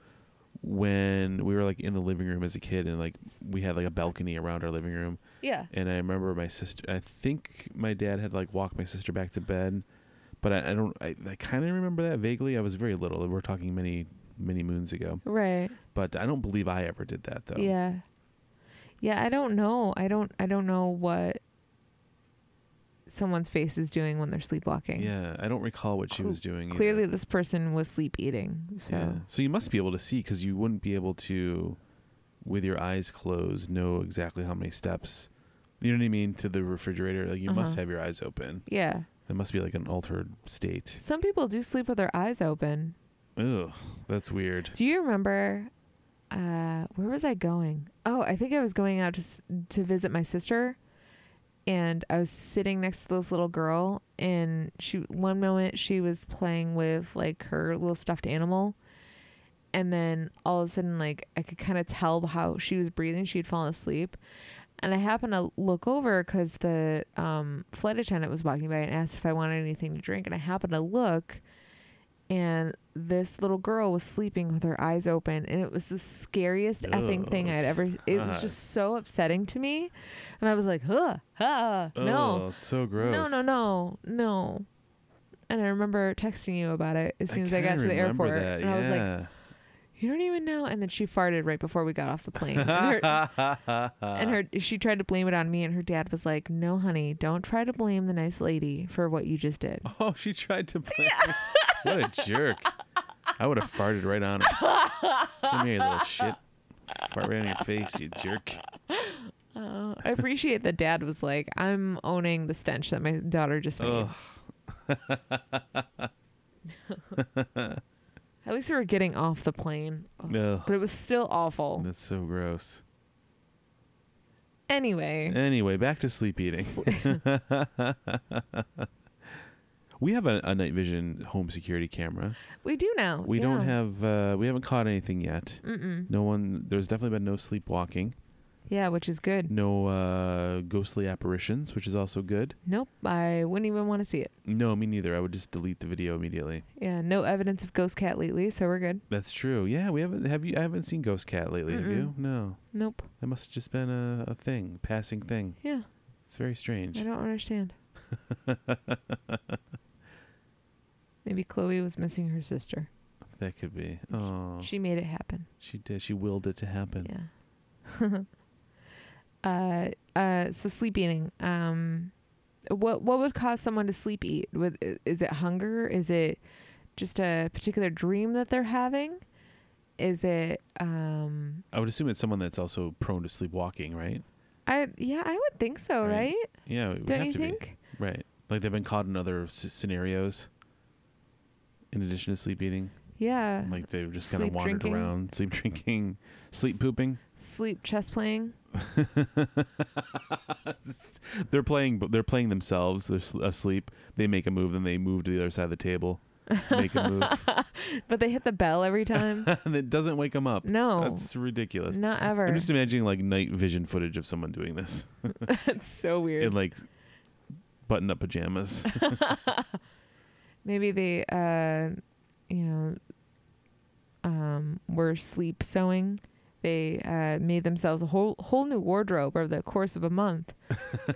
when we were like in the living room as a kid, and like we had like a balcony around our living room,
Yeah.
and I remember my sister. I think my dad had like walked my sister back to bed, but I, I don't. I, I kind of remember that vaguely. I was very little. We're talking many, many moons ago.
Right.
But I don't believe I ever did that though.
Yeah. Yeah, I don't know. I don't I don't know what someone's face is doing when they're sleepwalking.
Yeah, I don't recall what she
Cl-
was doing. either.
Clearly this person was sleep eating. So
Yeah. So you must be able to see because you wouldn't be able to, with your eyes closed, know exactly how many steps. You know what I mean to the refrigerator. Like you must
Uh-huh.
have your eyes open.
Yeah.
It must be like an altered state.
Some people do sleep with their eyes open.
Ugh, that's weird.
Do you remember uh where was I going? Oh, I think I was going out to s- to visit my sister and I was sitting next to this little girl and she one moment she was playing with like her little stuffed animal and then all of a sudden like I could kind of tell how she was breathing, she had fallen asleep. And I happened to look over because the um, flight attendant was walking by and asked if I wanted anything to drink. And I happened to look, and this little girl was sleeping with her eyes open and it was the scariest effing thing
Ugh,
I'd ever it was
God.
just so upsetting to me and I was like huh huh no
Ugh, it's so Oh, gross.
no no no no and I remember texting you about it as soon as I got
kinda
to the
remember
airport
that,
and I was like
yeah.
you don't even know and then she farted right before we got off the plane and her, and her she tried to blame it on me and her dad was like no honey don't try to blame the nice lady for what you just did
oh, she tried to play. what a jerk! I would have farted right on her. Come here, you little shit. fart right on your face, you jerk.
Oh, I appreciate that dad was like, I'm owning the stench that my daughter just made.
Ugh.
At least we were getting off the plane. Ugh.
Ugh.
But it was still awful.
That's so gross.
Anyway,
Anyway, back to sleep eating. we have a, a night vision home security camera.
we do now.
We don't
yeah.
have. Uh, we haven't caught anything yet.
Mm-mm.
No one. There's definitely been no sleepwalking.
Yeah, which is good.
No uh, ghostly apparitions, which is also good.
Nope, I wouldn't even want to see it.
No, me neither. I would just delete the video immediately.
Yeah, no evidence of Ghost Cat lately, so we're good.
That's true. Yeah, we haven't. Have you? I haven't seen Ghost Cat lately. Have you?
Mm-mm.
No.
Nope.
That must have just been a, a thing, passing thing.
Yeah,
It's very
I
strange.
don't understand. Maybe Chloe was missing her sister.
That could be. Oh,
She made it happen.
she did. She willed it to happen.
Yeah. uh, uh, so sleep eating. Um, what what would cause someone to sleep eat? With is it hunger? Is it just a particular dream that they're having? Is it? Um,
I would assume it's someone that's also prone to sleepwalking, right?
I yeah, I would think so,
Right.
right?
Yeah, it would
Don't
have
you
to
think?
be. Right. Like they've been caught in other s- scenarios in addition to sleep eating.
Yeah.
Like they've just kind of
Uh, Sleep
wandered
drinking.
around, sleep drinking, sleep pooping.
sleep chess playing.
They're playing but they're playing themselves, they're s- asleep. They make a move then they move to the other side of the table. Make a move.
But they hit the bell every time.
and it doesn't wake them up.
No.
That's ridiculous.
Not ever.
I'm just imagining like night vision footage of someone doing this
That's so weird.
in like button up pajamas.
Maybe they, uh, you know, um, were sleep sewing. They uh, made themselves a whole whole new wardrobe over the course of a month,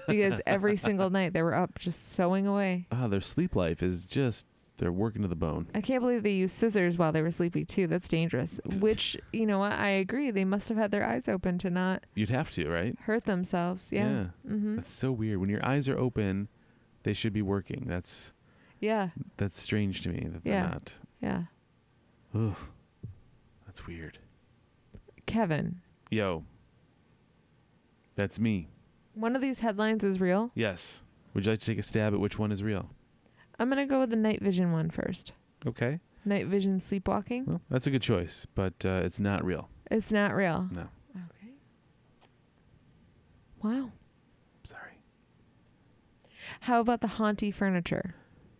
because every single night they were up just sewing away.
Ah, their sleep life is just they're working to the bone.
I can't believe they used scissors while they were sleepy too. That's dangerous. Which you know what? I agree. They must have had their eyes open to not
You'd have to, right?
hurt themselves. Yeah. Mm-hmm.
That's so weird. When your eyes are open, they should be working. That's
Yeah.
that's strange to me that they're
Yeah.
not.
Yeah.
Ugh. That's weird.
Kevin,
Yo. That's me.
one of these headlines is real.
Yes. Would you like to take a stab at which one is real?
I'm gonna go with the night vision one first.
Okay.
Night vision sleepwalking.
Well, that's a good choice, but uh, it's not real.
It's not real.
No.
Okay. Wow.
Sorry.
How about the haunty furniture?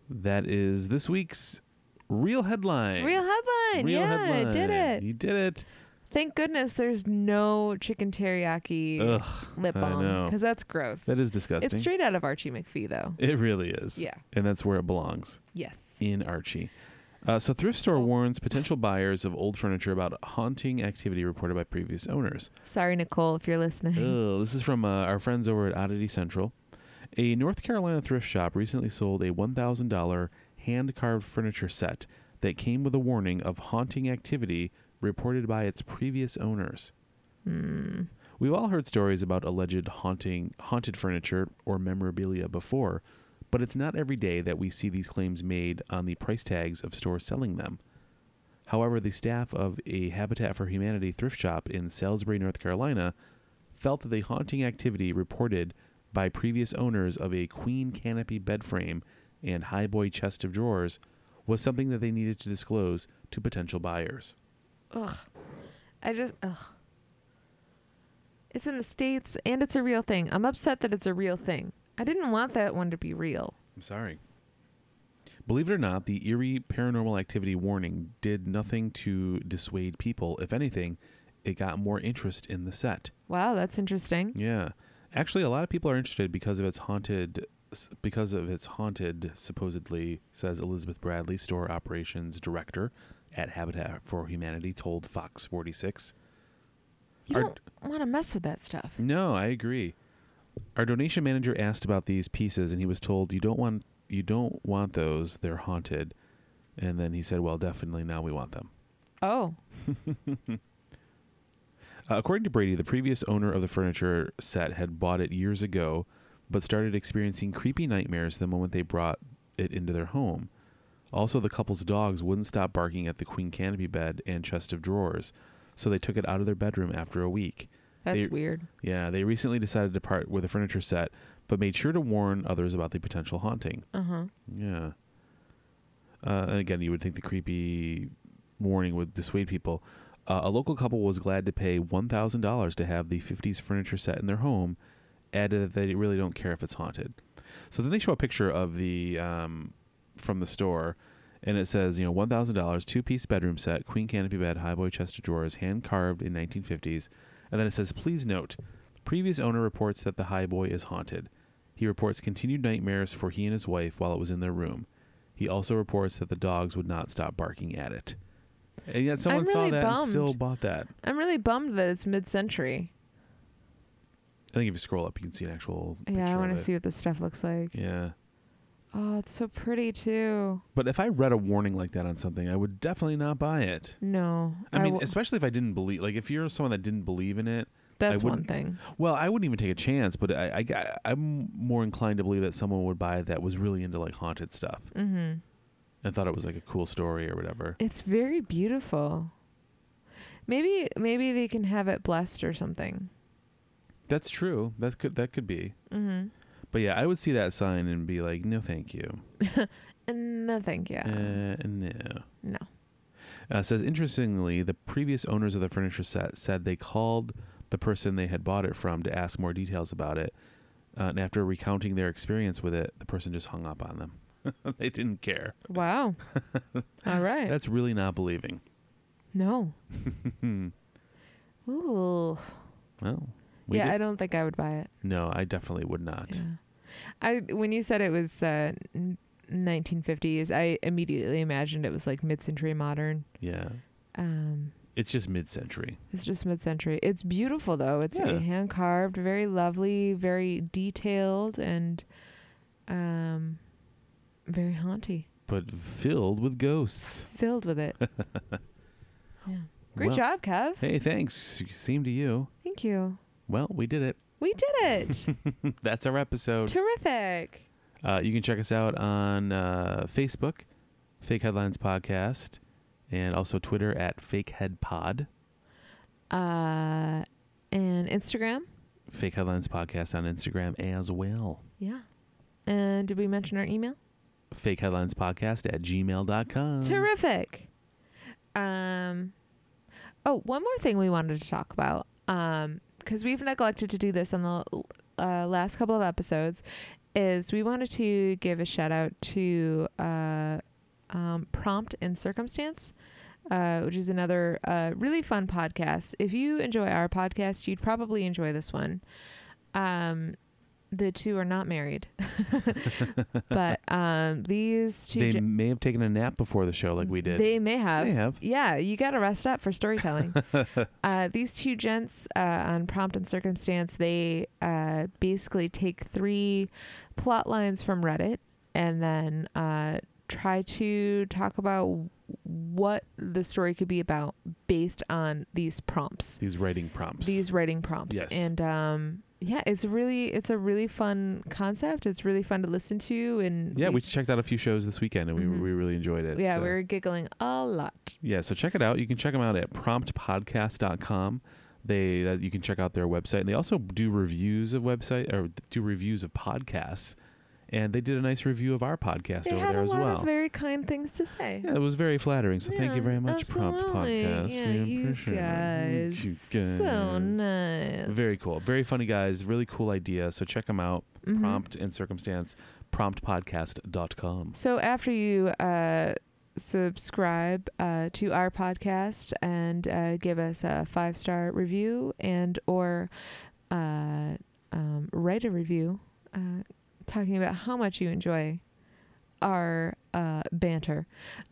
That is this week's real headline.
Real headline.
Real
yeah, I did
headline.
it.
You did it.
Thank goodness there's no chicken teriyaki
Ugh.
lip
I
balm
know.
because that's gross.
That is disgusting.
it's straight out of Archie McPhee though.
It really is.
Yeah.
And that's where it belongs
Yes.
in Archie. Uh, so, thrift store warns potential buyers of old furniture about haunting activity reported by previous owners.
Sorry, Nicole, if you're listening.
Ugh, this is from uh, our friends over at Oddity Central. A North Carolina thrift shop recently sold a $1,000 hand carved furniture set that came with a warning of haunting activity reported by its previous owners.
Mm.
We've all heard stories about alleged haunting, haunted furniture or memorabilia before, but it's not every day that we see these claims made on the price tags of stores selling them. However, the staff of a Habitat for Humanity thrift shop in Salisbury, North Carolina, felt that the haunting activity reported by previous owners of a queen canopy bed frame and highboy chest of drawers was something that they needed to disclose to potential buyers.
Ugh. I just ugh. It's in the states and it's a real thing. I'm upset that it's a real thing. I didn't want that one to be real.
I'm sorry. Believe it or not, the eerie paranormal activity warning did nothing to dissuade people. If anything, it got more interest in the set.
Wow, that's interesting.
Yeah. Actually, a lot of people are interested because of its haunted because of its haunted supposedly says Elizabeth Bradley, store operations director at Habitat for Humanity told Fox 46.
You
Our-
don't want to mess with that stuff.
No, I agree. Our donation manager asked about these pieces, and he was told you don't want you don't want those; they're haunted. And then he said, "Well, definitely now we want them."
Oh,
Uh, according to Brady, the previous owner of the furniture set had bought it years ago, but started experiencing creepy nightmares the moment they brought it into their home. Also, the couple's dogs wouldn't stop barking at the queen canopy bed and chest of drawers. so they took it out of their bedroom after a week.
That's
They-
weird.
Yeah, they recently decided to part with a furniture set, but made sure to warn others about the potential haunting.
Uh huh.
Yeah. Uh, and again, you would think the creepy warning would dissuade people. Uh, a local couple was glad to pay $1,000 to have the 50s furniture set in their home, added that they really don't care if it's haunted. So then they show a picture of the um, from the store, and it says, you know, $1,000, two piece bedroom set, queen canopy bed, high boy chest of drawers, hand carved in 1950s. And then it says, please note, previous owner reports that the high boy is haunted. He reports continued nightmares for he and his wife while it was in their room. He also reports that the dogs would not stop barking at it. And yet someone saw
really
that and
bummed.
still bought that.
I'm really bummed that it's mid-century.
I think if you scroll up, you can see an actual.
yeah, I
picture of
want
it.
to see what this stuff looks like.
Yeah.
Oh, it's so pretty too.
But if I read a warning like that on something, I would definitely not buy it.
No,
I, mean,
wo-
especially if I didn't believe. Like, if you're someone that didn't believe in it,
that's one
wouldn't-
thing.
well, I wouldn't even take a chance. But I, I, am more inclined to believe that someone would buy it that was really into like haunted stuff
Mm-hmm.
and thought it was like a cool story or whatever.
It's very beautiful. Maybe maybe they can have it blessed or something.
That's true. That could that could be.
Mm-hmm.
But yeah, I would see that sign and be like, no, thank you.
And no, thank you.
Uh, no.
Um, no.
uh, says interestingly, the previous owners of the furniture set said they called the person they had bought it from to ask more details about it. Uh, and after recounting their experience with it, the person just hung up on them. they didn't care.
Wow. All right.
That's really not believing. Hmm.
no. Ooh.
Well, we
yeah,
did-
I don't think I would buy it.
no, I definitely would not.
Yeah. I when you said it was uh, n- 1950s, I immediately imagined it was like mid-century modern.
Yeah,
Um,
it's just mid-century.
It's just mid century. It's beautiful though. It's
Yeah.
hand carved, very lovely, very detailed, and um, very haunty,
But filled with ghosts.
filled with it. yeah. Great
Well-
job, Kev.
Hey, thanks. Same to you.
Thank you.
Well, we did it.
We did it.
That's our episode.
Terrific.
Uh, you can check us out on uh, Facebook, Fake Headlines Podcast, and also Twitter at Fake Head Pod,
Uh, and Instagram.
Fake Headlines Podcast on Instagram as well.
Yeah. And did we mention our email?
Fake Headlines Podcast at gmail.com.
Terrific. Um, oh, one more thing we wanted to talk about because we've neglected to do this on the uh, last couple of episodes is we wanted to give a shout out to uh, um, Prompt and Circumstance. Uh, which is another uh, really fun podcast. If you enjoy our podcast, you'd probably enjoy this one. Um, the two are not married, but um, these two
They
gen-
may have taken a nap before the show, like we did.
they may have.
They have.
Yeah, you got to rest up for storytelling. uh, these two gents uh, on Prompt and Circumstance, they uh, basically take three plot lines from Reddit and then uh, try to talk about what the story could be about based on these prompts
These writing prompts.
these writing prompts
Yes.
and um yeah it's really it's a really fun concept it's really fun to listen to and
yeah, we uh, checked out a few shows this weekend and we,
Mhm.
we really enjoyed it.
yeah
so.
we were giggling a lot
Yeah, so check it out. You can check them out at promptpodcast.com. They that you can check out their website. And they also do reviews of website or do reviews of podcasts. And they did a nice review of our podcast
they
over
had
there
a
as
lot
well.
of very kind things to say.
yeah, it was very flattering. So thank you
Yeah,
very much, Prompt
absolutely.
Podcast.
Yeah,
we
you
appreciate
guys,
it. You guys.
So nice.
Very cool. Very funny guys. Really cool idea. So check them out.
Mhm.
Prompt and circumstance. Promptpodcast.com.
So after you uh, subscribe uh, to our podcast and uh, give us a five star review and or uh, um, write a review uh, talking about how much you enjoy our uh, banter,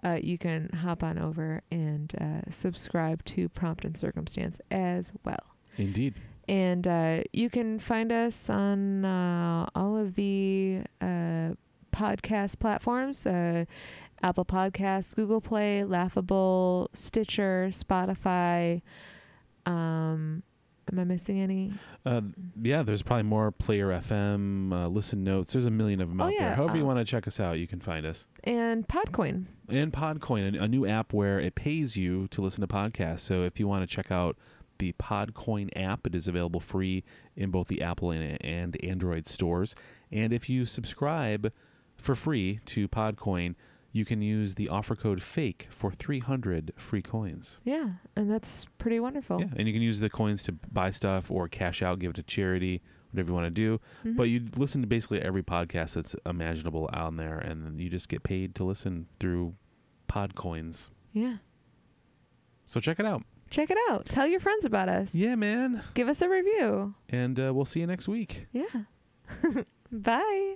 uh, you can hop on over and uh, subscribe to Prompt and Circumstance as well.
Indeed.
And uh, you can find us on uh, all of the uh, podcast platforms uh, Apple Podcasts, Google Play, Laughable, Stitcher, Spotify, um, Am I missing any?
Uh, yeah, there's probably more Player FM, uh, Listen Notes. There's a million of them
Oh,
out there.
yeah,
However, you
um,
want to check us out, you can find us.
And Podcoin.
And Podcoin, a, a new app where it pays you to listen to podcasts. So if you want to check out the Podcoin app, it is available free in both the Apple and, and Android stores. And if you subscribe for free to Podcoin, you can use the offer code FAKE for 300 free coins.
Yeah, and that's pretty wonderful.
Yeah, and you can use the coins to buy stuff or cash out, give it to charity, whatever you want to do.
Mhm.
But you listen to basically every podcast that's imaginable on there, and then you just get paid to listen through Podcoins.
yeah.
So check it out.
Check it out. Tell your friends about us.
Yeah, man.
Give us a review.
And uh, we'll see you next week.
Yeah. Bye.